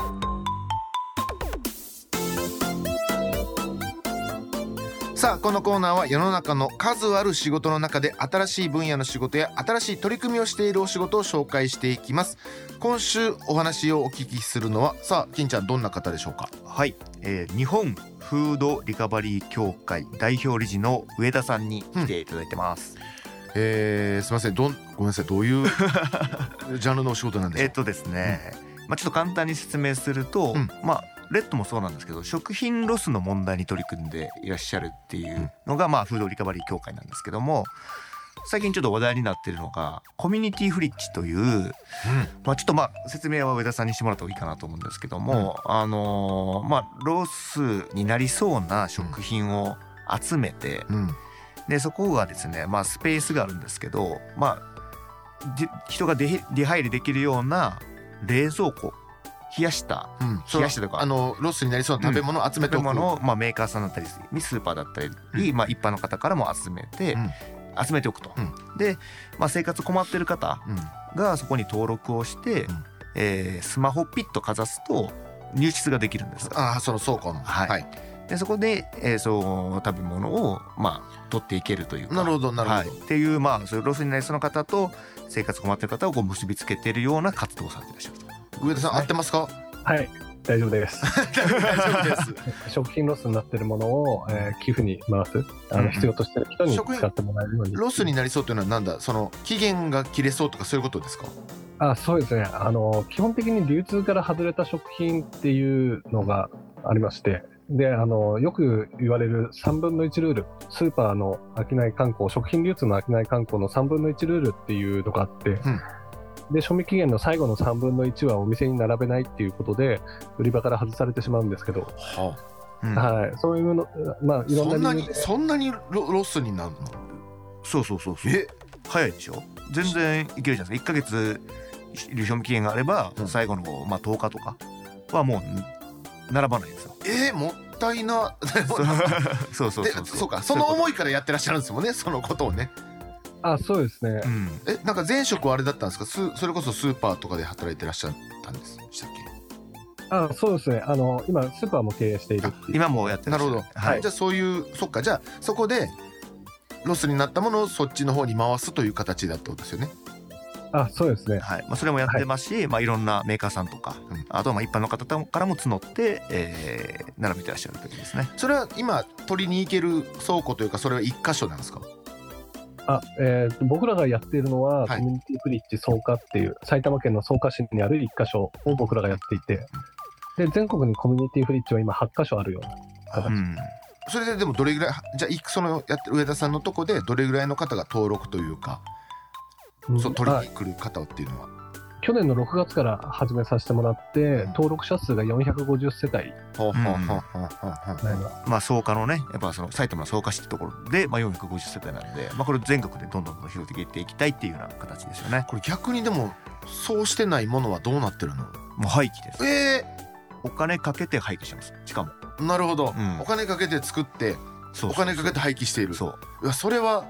[SPEAKER 1] さあこのコーナーは世の中の数ある仕事の中で新しい分野の仕事や新しい取り組みをしているお仕事を紹介していきます今週お話をお聞きするのはさあ金ちゃんどんな方でしょうか
[SPEAKER 2] はい、えー日本フードリカバリー協会代表理事の上田さんに来ていただいてます、
[SPEAKER 1] えー、すみませんどんごめんなさいどういうジャンルのお仕事なんで
[SPEAKER 2] え
[SPEAKER 1] す
[SPEAKER 2] っ、とですね、まあちょっと簡単に説明すると、
[SPEAKER 1] うん
[SPEAKER 2] まあレッドもそうなんですけど食品ロスの問題に取り組んでいらっしゃるっていうのが、まあフードリカバリー協会なんですけども最近ちょっと話題になってるのがコミュニティフリッジという、まあちょっとまあ説明は上田さんにしてもらった方がいいかなと思うんですけども、あのーまあロスになりそうな食品を集めて、
[SPEAKER 1] うん
[SPEAKER 2] でそこがですね、まあ、スペースがあるんですけど、まあ、で人が出へ出入りできるような冷蔵庫冷やした
[SPEAKER 1] うん、
[SPEAKER 2] 冷やしてとか
[SPEAKER 1] あのロスになりそうな食べ物を集めて
[SPEAKER 2] 食べ
[SPEAKER 1] おく、
[SPEAKER 2] 物を、まあ、メーカーさんだったりスーパーだったり、まあ、一般の方からも集めて、
[SPEAKER 1] うん
[SPEAKER 2] 集めておくと。
[SPEAKER 1] うん
[SPEAKER 2] で、まあ、生活困ってる方
[SPEAKER 1] うん、
[SPEAKER 2] がそこに登録をして、
[SPEAKER 1] うん
[SPEAKER 2] えースマホピッとかざすと入室ができるんです。
[SPEAKER 1] ああその倉庫の
[SPEAKER 2] はいでそこで、えーそう食べ物を、まあ、取っていけるというか
[SPEAKER 1] なるほどなるほど、
[SPEAKER 2] はい、っていうまあそういうロスになりそうな方と生活困ってる方をこう結びつけてるような活動をされてらっしゃると。
[SPEAKER 1] 上田さん、合ってますか
[SPEAKER 7] はい、大丈 夫です。
[SPEAKER 1] 大丈夫で
[SPEAKER 7] 食品ロスになってるものを、えー寄付に回す、あ
[SPEAKER 1] うんう
[SPEAKER 7] の
[SPEAKER 1] ん
[SPEAKER 7] 必要としてる人に
[SPEAKER 1] 食品
[SPEAKER 7] 使ってもらえるように。
[SPEAKER 1] す ロスになりそうというのはなんだその期限が切れそうとかそういうことですか
[SPEAKER 7] あ、そうですね。あの基本的に流通から外れた食品っていうのがありまして。であのよく言われる3分の1ルールスーパーの商い観光食品流通の商い観光の3分の1ルールっていうのがあって、で賞味期限の最後の3分の1はお店に並べないっていうことで売り場から外されてしまうんですけど、
[SPEAKER 1] は
[SPEAKER 2] うん
[SPEAKER 7] はい、そういうのまあいろん
[SPEAKER 1] そ
[SPEAKER 7] な
[SPEAKER 1] んな
[SPEAKER 7] 理
[SPEAKER 1] に
[SPEAKER 7] 由で
[SPEAKER 1] そんなにロロスになるの
[SPEAKER 2] そうそうそうそう
[SPEAKER 1] え
[SPEAKER 2] 早いでしょ全然いけるじゃないですか1ヶ月賞味期限があれば
[SPEAKER 1] うん
[SPEAKER 2] 最後の、まあ、10日とかはもう並ばないんです よ。
[SPEAKER 1] えー、もったい なでも
[SPEAKER 2] そうそう
[SPEAKER 1] で
[SPEAKER 2] そう
[SPEAKER 1] そうかその思いからやってらっしゃるんですもんねそのことをね
[SPEAKER 7] あそうですね
[SPEAKER 2] う。ん、
[SPEAKER 1] えなんか前職はあれだったんですかすそれこそスーパーとかで働いてらっしゃったんですしたっ
[SPEAKER 7] あそうですね。あの、今、スーパーも経営している。
[SPEAKER 2] 今もやって
[SPEAKER 1] け
[SPEAKER 2] ら
[SPEAKER 1] な
[SPEAKER 2] っ
[SPEAKER 1] る
[SPEAKER 2] し
[SPEAKER 1] ほ
[SPEAKER 2] ゃ
[SPEAKER 1] ど、
[SPEAKER 2] は
[SPEAKER 1] はいい、じゃあそういうそっかじゃあそこでロスになったものをそっちの方に回すという形だってことですよね
[SPEAKER 7] あそうですね。
[SPEAKER 2] はいまあ、それもやってますし、いまあ、いろんなメーカーさんとか、
[SPEAKER 1] うん
[SPEAKER 2] あとはまあ一般の方からも募って、えー並べてらっしゃるということですね。
[SPEAKER 1] それは今取りに行ける倉庫というかそれは一箇所なんですか
[SPEAKER 7] あ、えーと僕らがやっているのは、
[SPEAKER 1] はい
[SPEAKER 7] コミュニティフリッジ草加っていう、埼玉県の草加市にある一箇所を僕らがやっていて、で、全国にコミュニティフリッジは今8箇所あるような
[SPEAKER 2] う
[SPEAKER 7] 形。
[SPEAKER 2] ん
[SPEAKER 1] それででもどれぐらいじゃあいそのやってる上田さんのとこでどれぐらいの方が登録というか
[SPEAKER 7] うん
[SPEAKER 1] そう取り
[SPEAKER 7] あ
[SPEAKER 1] に来る方っていうのは
[SPEAKER 7] 去年の6月から始めさせてもらって、登録者数が450世帯
[SPEAKER 1] ほうほうほうほう
[SPEAKER 7] ぐ
[SPEAKER 1] ほう
[SPEAKER 7] らい
[SPEAKER 1] ほう
[SPEAKER 7] が、
[SPEAKER 2] まあ、草加のねやっぱその埼玉の草加市ってところで、まあ、450世帯なんで、まあ、これ全国でどんどんどんどん広げていきたいっていうような形ですよね。
[SPEAKER 1] これ逆にでもそうしてないものはどうなってるの
[SPEAKER 2] もう廃棄です。
[SPEAKER 1] え
[SPEAKER 2] お金かけて廃棄してますしかも。
[SPEAKER 1] ー、なるほど、
[SPEAKER 2] うん
[SPEAKER 1] お金かけて作って
[SPEAKER 2] そう
[SPEAKER 1] お
[SPEAKER 2] そうそう
[SPEAKER 1] 金かけて廃棄している
[SPEAKER 2] そう
[SPEAKER 1] いやそれは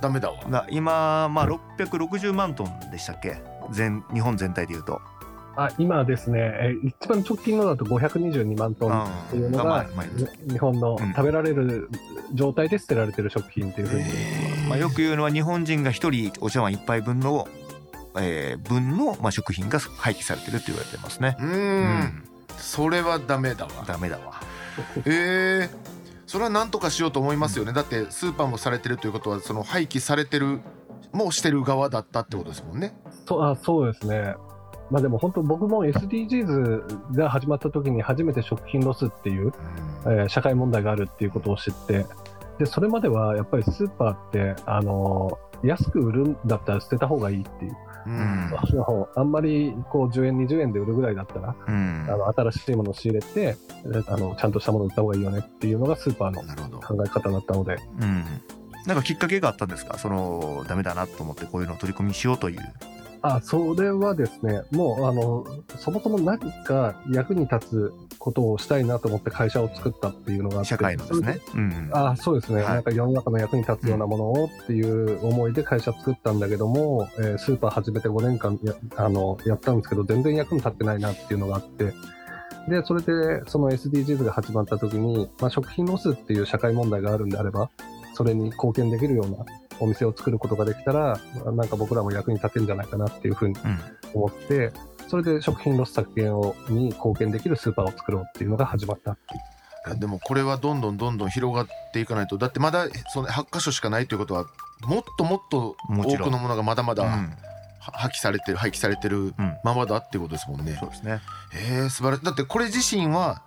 [SPEAKER 1] ダメだわ
[SPEAKER 2] な今、まあ、660万トンでしたっけ全日本全体でいうと、
[SPEAKER 7] あ今ですね、えー一番直近のだと522万トンっていうの
[SPEAKER 2] まあ
[SPEAKER 7] が、
[SPEAKER 2] まあ
[SPEAKER 7] 日本の
[SPEAKER 2] うん
[SPEAKER 7] 食べられる状態で捨てられてる食品っていうふうに、
[SPEAKER 2] まあ、よく言うのは日本人が一人お茶碗一杯分の、えー分の、まあ、食品が廃棄されてるって言われてますね。
[SPEAKER 1] うーんそれはダメだわ
[SPEAKER 2] うんダメだわ。
[SPEAKER 1] えーそれは何とかしようと思いますよね、だってスーパーもされてるということはその廃棄されてるもうしてる側だったってことですもんね
[SPEAKER 7] そうあそうですね、まあ、でも本当、僕も SDGs が始まった時に初めて食品ロスっていう、えー社会問題があるっていうことを知って、でそれまではやっぱりスーパーって、あのー安く売るんだったら捨てた方がいいっていう、
[SPEAKER 1] うん
[SPEAKER 7] あのあんまりこう10円、20円で売るぐらいだったら、
[SPEAKER 2] うん
[SPEAKER 7] あの新しいものを仕入れてえーあの、ちゃんとしたものを売った方がいいよねっていうのがスーパーの
[SPEAKER 1] なるほど
[SPEAKER 7] 考え方だったので、
[SPEAKER 2] うんなんかきっかけがあったんですかそのダメだなと思ってこういうのを取り組みしようという。
[SPEAKER 7] あそれはですね、もうあのそもそも何か役に立つことをしたいなと思って会社を作ったっていうのがあって
[SPEAKER 2] 社会のですね。うん
[SPEAKER 7] あそうですね、
[SPEAKER 2] はい
[SPEAKER 7] なんか世の中の役に立つようなものをっていう思いで会社作ったんだけども、えースーパー始めて5年間やあのやったんですけど、全然役に立ってないなっていうのがあって、でそれでその SDGs が始まった時に、まあ、食品ロスっていう社会問題があるんであれば、それに貢献できるようなお店を作ることができたら、なんか僕らも役に立てるんじゃないかなっていうふうに
[SPEAKER 2] うん
[SPEAKER 7] 思って、それで食品ロス削減をに貢献できるスーパーを作ろうっていうのが始まったっていう。
[SPEAKER 1] いやでもこれはどんどんどんどん広がっていかないとだってまだその8箇所しかないということはもっともっと
[SPEAKER 2] もち
[SPEAKER 1] 多
[SPEAKER 2] ろん
[SPEAKER 1] くのものがまだまだ
[SPEAKER 2] う
[SPEAKER 1] は
[SPEAKER 2] ん
[SPEAKER 1] 破棄されてる廃棄されてる
[SPEAKER 2] うん
[SPEAKER 1] ままだっていうことですもんね
[SPEAKER 2] そうですね。
[SPEAKER 1] へえ素晴らしいだってこれ自身は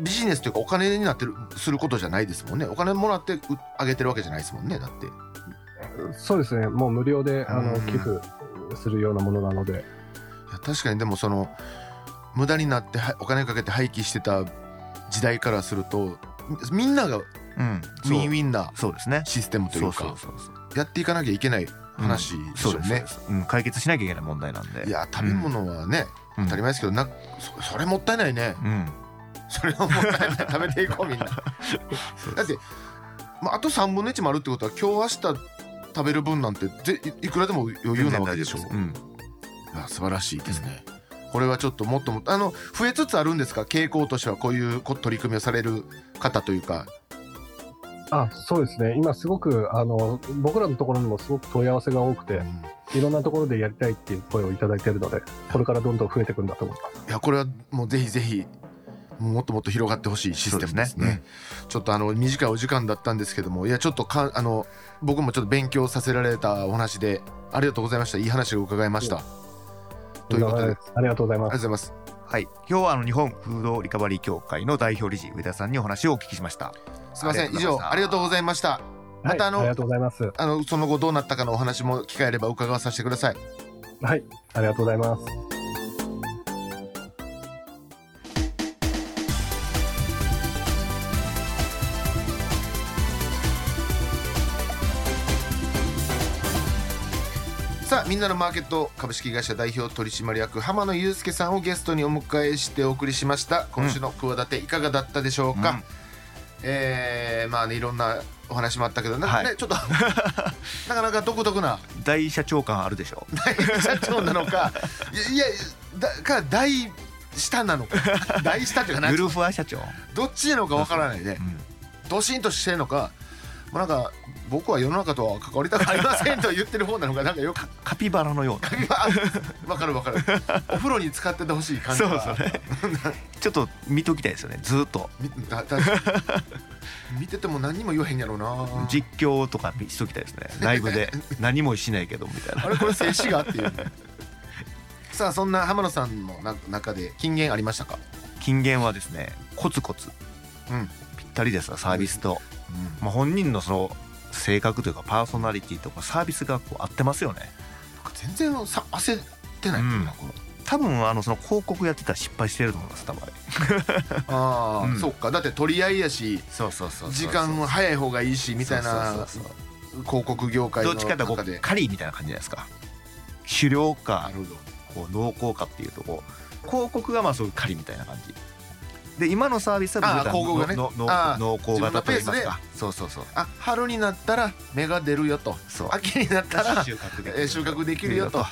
[SPEAKER 1] ビジネスというかお金になってるすることじゃないですもんねお金もらってうあげてるわけじゃないですもんねだって
[SPEAKER 7] そうですね、もう無料であの
[SPEAKER 1] うん
[SPEAKER 7] 寄付するようなものなので、
[SPEAKER 1] いや確かにでもその無駄になってはお金かけて廃棄してた時代からするとみみんながウ
[SPEAKER 2] うん。そう
[SPEAKER 1] ィンウィンな
[SPEAKER 2] そうですね。
[SPEAKER 1] システムとい
[SPEAKER 2] そううそ
[SPEAKER 1] か
[SPEAKER 2] うそうそう。
[SPEAKER 1] やっていかなきゃいけない話です
[SPEAKER 2] そう
[SPEAKER 1] よ
[SPEAKER 2] です
[SPEAKER 1] ね
[SPEAKER 2] ね。。うん解決しなきゃいけない問題なんで。
[SPEAKER 1] いや食べ物はね、
[SPEAKER 2] うん
[SPEAKER 1] 当たり前ですけどなそそれもったいないね
[SPEAKER 2] うん。
[SPEAKER 1] それはもったいない食べていこうみんなだって、まあ、あと3分の1もあるってことは今日明日食べる分なんてぜいいくらでも余裕な
[SPEAKER 3] 네,
[SPEAKER 1] わけでしょ
[SPEAKER 2] 全然大丈夫す
[SPEAKER 1] いや素晴らしいですね、これはちょっともっともっとあの増えつつあるんですか傾向としてはこういうこ取り組みをされる方というか
[SPEAKER 7] あそうですね、今すごくあの僕らのところにもすごく問い合わせが多くて、いろんなところでやりたいっていう声をいただいているので、これからどんどん増えていくんだと思います。
[SPEAKER 1] いやこれはもうぜひぜひもっともっと広がってほしいシステムですね
[SPEAKER 2] そうですね
[SPEAKER 1] ちょっとあの短いお時間だったんですけどもいやちょっとかあの僕もちょっと勉強させられたお話でありがとうございましたいい話を伺いました、ということでありがと
[SPEAKER 7] ありがとうございうま
[SPEAKER 1] ご
[SPEAKER 7] す。
[SPEAKER 1] ざいます
[SPEAKER 2] うん。はい。今日はあの日本フードリカバリー協会の代表理事上田さんにお話をお聞きしました。
[SPEAKER 1] すいませ
[SPEAKER 2] あ
[SPEAKER 1] ん
[SPEAKER 2] り
[SPEAKER 1] 以
[SPEAKER 2] がとうございまし
[SPEAKER 1] 上
[SPEAKER 2] た
[SPEAKER 1] ありがとうございましたまたあの
[SPEAKER 7] はい、ありがとうございます。
[SPEAKER 1] あのその後どうなったかのお話も機会あれば伺わさせてください
[SPEAKER 7] はい、ありがとうございます。
[SPEAKER 1] さあみんなのマーケット株式会社代表取締役浜野祐介さんをゲストにお迎えしてお送りしました今週の企ていかがだったでしょうか、えーまあねいろんなお話もあったけどなんかね、
[SPEAKER 2] は
[SPEAKER 1] ちょっと なかなか独特な
[SPEAKER 2] 大社長感あるでしょ
[SPEAKER 1] 大社長なのかいいやだか大下なのか大下っていうかな
[SPEAKER 2] グルフア社長
[SPEAKER 1] どっちなのかわからないね、ドシンとしてるのか、まあ、なんか僕は世の中とは関わりたくありませんと言ってる方なのかなんかよく
[SPEAKER 2] カピバラのような
[SPEAKER 1] わかるわ かるお風呂に使っててほしい感じが
[SPEAKER 2] そうですね ちょっと見ときたいですよねずーっと
[SPEAKER 1] みだだ見てても何にも言わへんやろうな
[SPEAKER 2] 実況とかしときたいですねライブ で何もしないけどみたいな
[SPEAKER 1] あれこれ静止画っていうねさあそんな浜野さんのな中で金言ありましたか、
[SPEAKER 2] 金言はですねコツコツ
[SPEAKER 1] うん
[SPEAKER 2] ぴったりですわサービスと、まあ、本人のその性格というかパーソナリティとかサービスがこう合ってますよね
[SPEAKER 1] 全然さ焦ってない、
[SPEAKER 2] うん
[SPEAKER 1] なんか
[SPEAKER 2] 多分あのその広告やってたら失敗してると思います多分あれ
[SPEAKER 1] ああ、
[SPEAKER 2] うん
[SPEAKER 1] そっかだって取り合いやし
[SPEAKER 2] そうそうそ
[SPEAKER 1] 時間は早い方がいいしみたいな
[SPEAKER 2] そうそうそう
[SPEAKER 1] 広告業界
[SPEAKER 2] ど
[SPEAKER 1] の
[SPEAKER 2] っちかというとこ
[SPEAKER 1] 中
[SPEAKER 2] う
[SPEAKER 1] で
[SPEAKER 2] カリーみたいな感じじゃないですか狩猟
[SPEAKER 1] な
[SPEAKER 2] か
[SPEAKER 1] るほど
[SPEAKER 2] こう濃厚かっていうとこう広告がまあそういう狩りみたいな感じで今のサービスは
[SPEAKER 1] あー広告がね
[SPEAKER 2] のの
[SPEAKER 1] あー
[SPEAKER 2] 濃厚型といいま
[SPEAKER 1] 自分
[SPEAKER 2] す
[SPEAKER 1] の
[SPEAKER 2] かそうそうそう
[SPEAKER 1] あ春になったら芽が出るよと
[SPEAKER 2] そう
[SPEAKER 1] 秋になったら
[SPEAKER 2] 収穫
[SPEAKER 1] えー収穫できるよと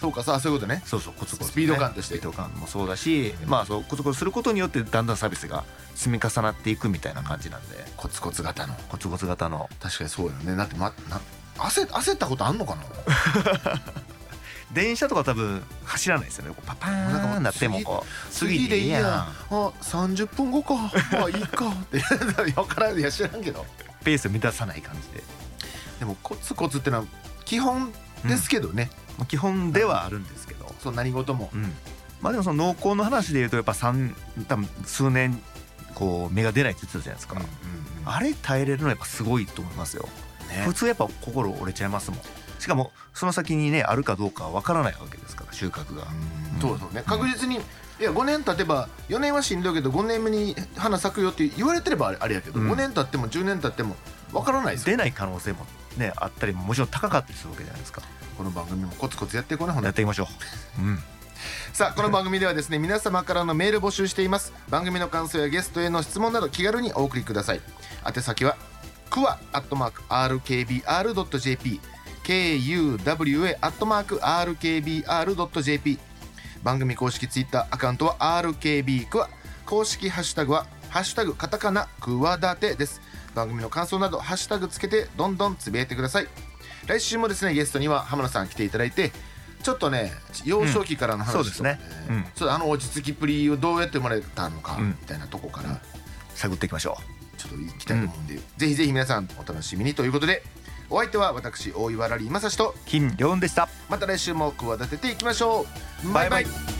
[SPEAKER 1] そうかさあそういうことね
[SPEAKER 2] そうそうコツコツね、
[SPEAKER 1] スピード感として
[SPEAKER 2] スピード感もそうだしまあそうコツコツすることによってだんだんサービスが積み重なっていくみたいな感じなんで
[SPEAKER 1] コツコツ型の
[SPEAKER 2] コツコツ型の
[SPEAKER 1] 確かにそうよねだってまな焦焦ったことあんのかな
[SPEAKER 2] 電車とか多分走らないですよねこうパパ
[SPEAKER 1] なんかも
[SPEAKER 2] ー
[SPEAKER 1] う
[SPEAKER 2] ンなってもこう
[SPEAKER 1] 次でいいやあ30分後かまあいいか って分からんいや知らんけど
[SPEAKER 2] ペースを乱さない感じで
[SPEAKER 1] でもコツコツってのは基本ですけどね、
[SPEAKER 2] まあ基本ではあるんですけど
[SPEAKER 1] そう何事も
[SPEAKER 2] うん、まあでもその濃厚の話でいうとやっぱ3多分数年こう芽が出ないって言ってたじゃないですか、あれ耐えれるのはやっぱすごいと思いますよ、
[SPEAKER 1] ね
[SPEAKER 2] 普通やっぱ心折れちゃいますもんしかもその先にねあるかどうかは分からないわけですから収穫が、
[SPEAKER 1] そうそうね確実にいや5年経てば4年はしんどいけど5年目に花咲くよって言われてればあれあれやけど、
[SPEAKER 2] うん
[SPEAKER 1] 5年経っても10年経っても分からないですよ
[SPEAKER 2] 出ない可能性もねあったりももちろん高かったりするわけじゃないですか
[SPEAKER 1] この番組もコツコツやっていこうねほんと
[SPEAKER 2] やっていきましょう、うん、
[SPEAKER 1] さあこの番組ではですね皆様からのメール募集しています番組の感想やゲストへの質問など気軽にお送りください宛先はくわ @rkbr.jp kuwa @rkbr.jp 番組公式ツイッターアカウントは rkb くわ公式ハッシュタグはハッシュタグカタカナくわだてです番組の感想などハッシュタグつけてどんどんつぶやいてください来週もですねゲストには浜野さん来ていただいてちょっとね幼少期からの話とか、
[SPEAKER 2] うんそうですねうん
[SPEAKER 1] そうあの落ち着きっぷりをどうやって生まれたのか
[SPEAKER 2] うん
[SPEAKER 1] みたいなとこから
[SPEAKER 2] 探っていきましょ
[SPEAKER 1] ちょっと行きたいと思うんで、ぜひぜひ皆さんお楽しみにということでお相手は私大岩ラリー正史と
[SPEAKER 2] う金良雲でした
[SPEAKER 1] また来週も企てていきましょうバイバイ
[SPEAKER 2] バイ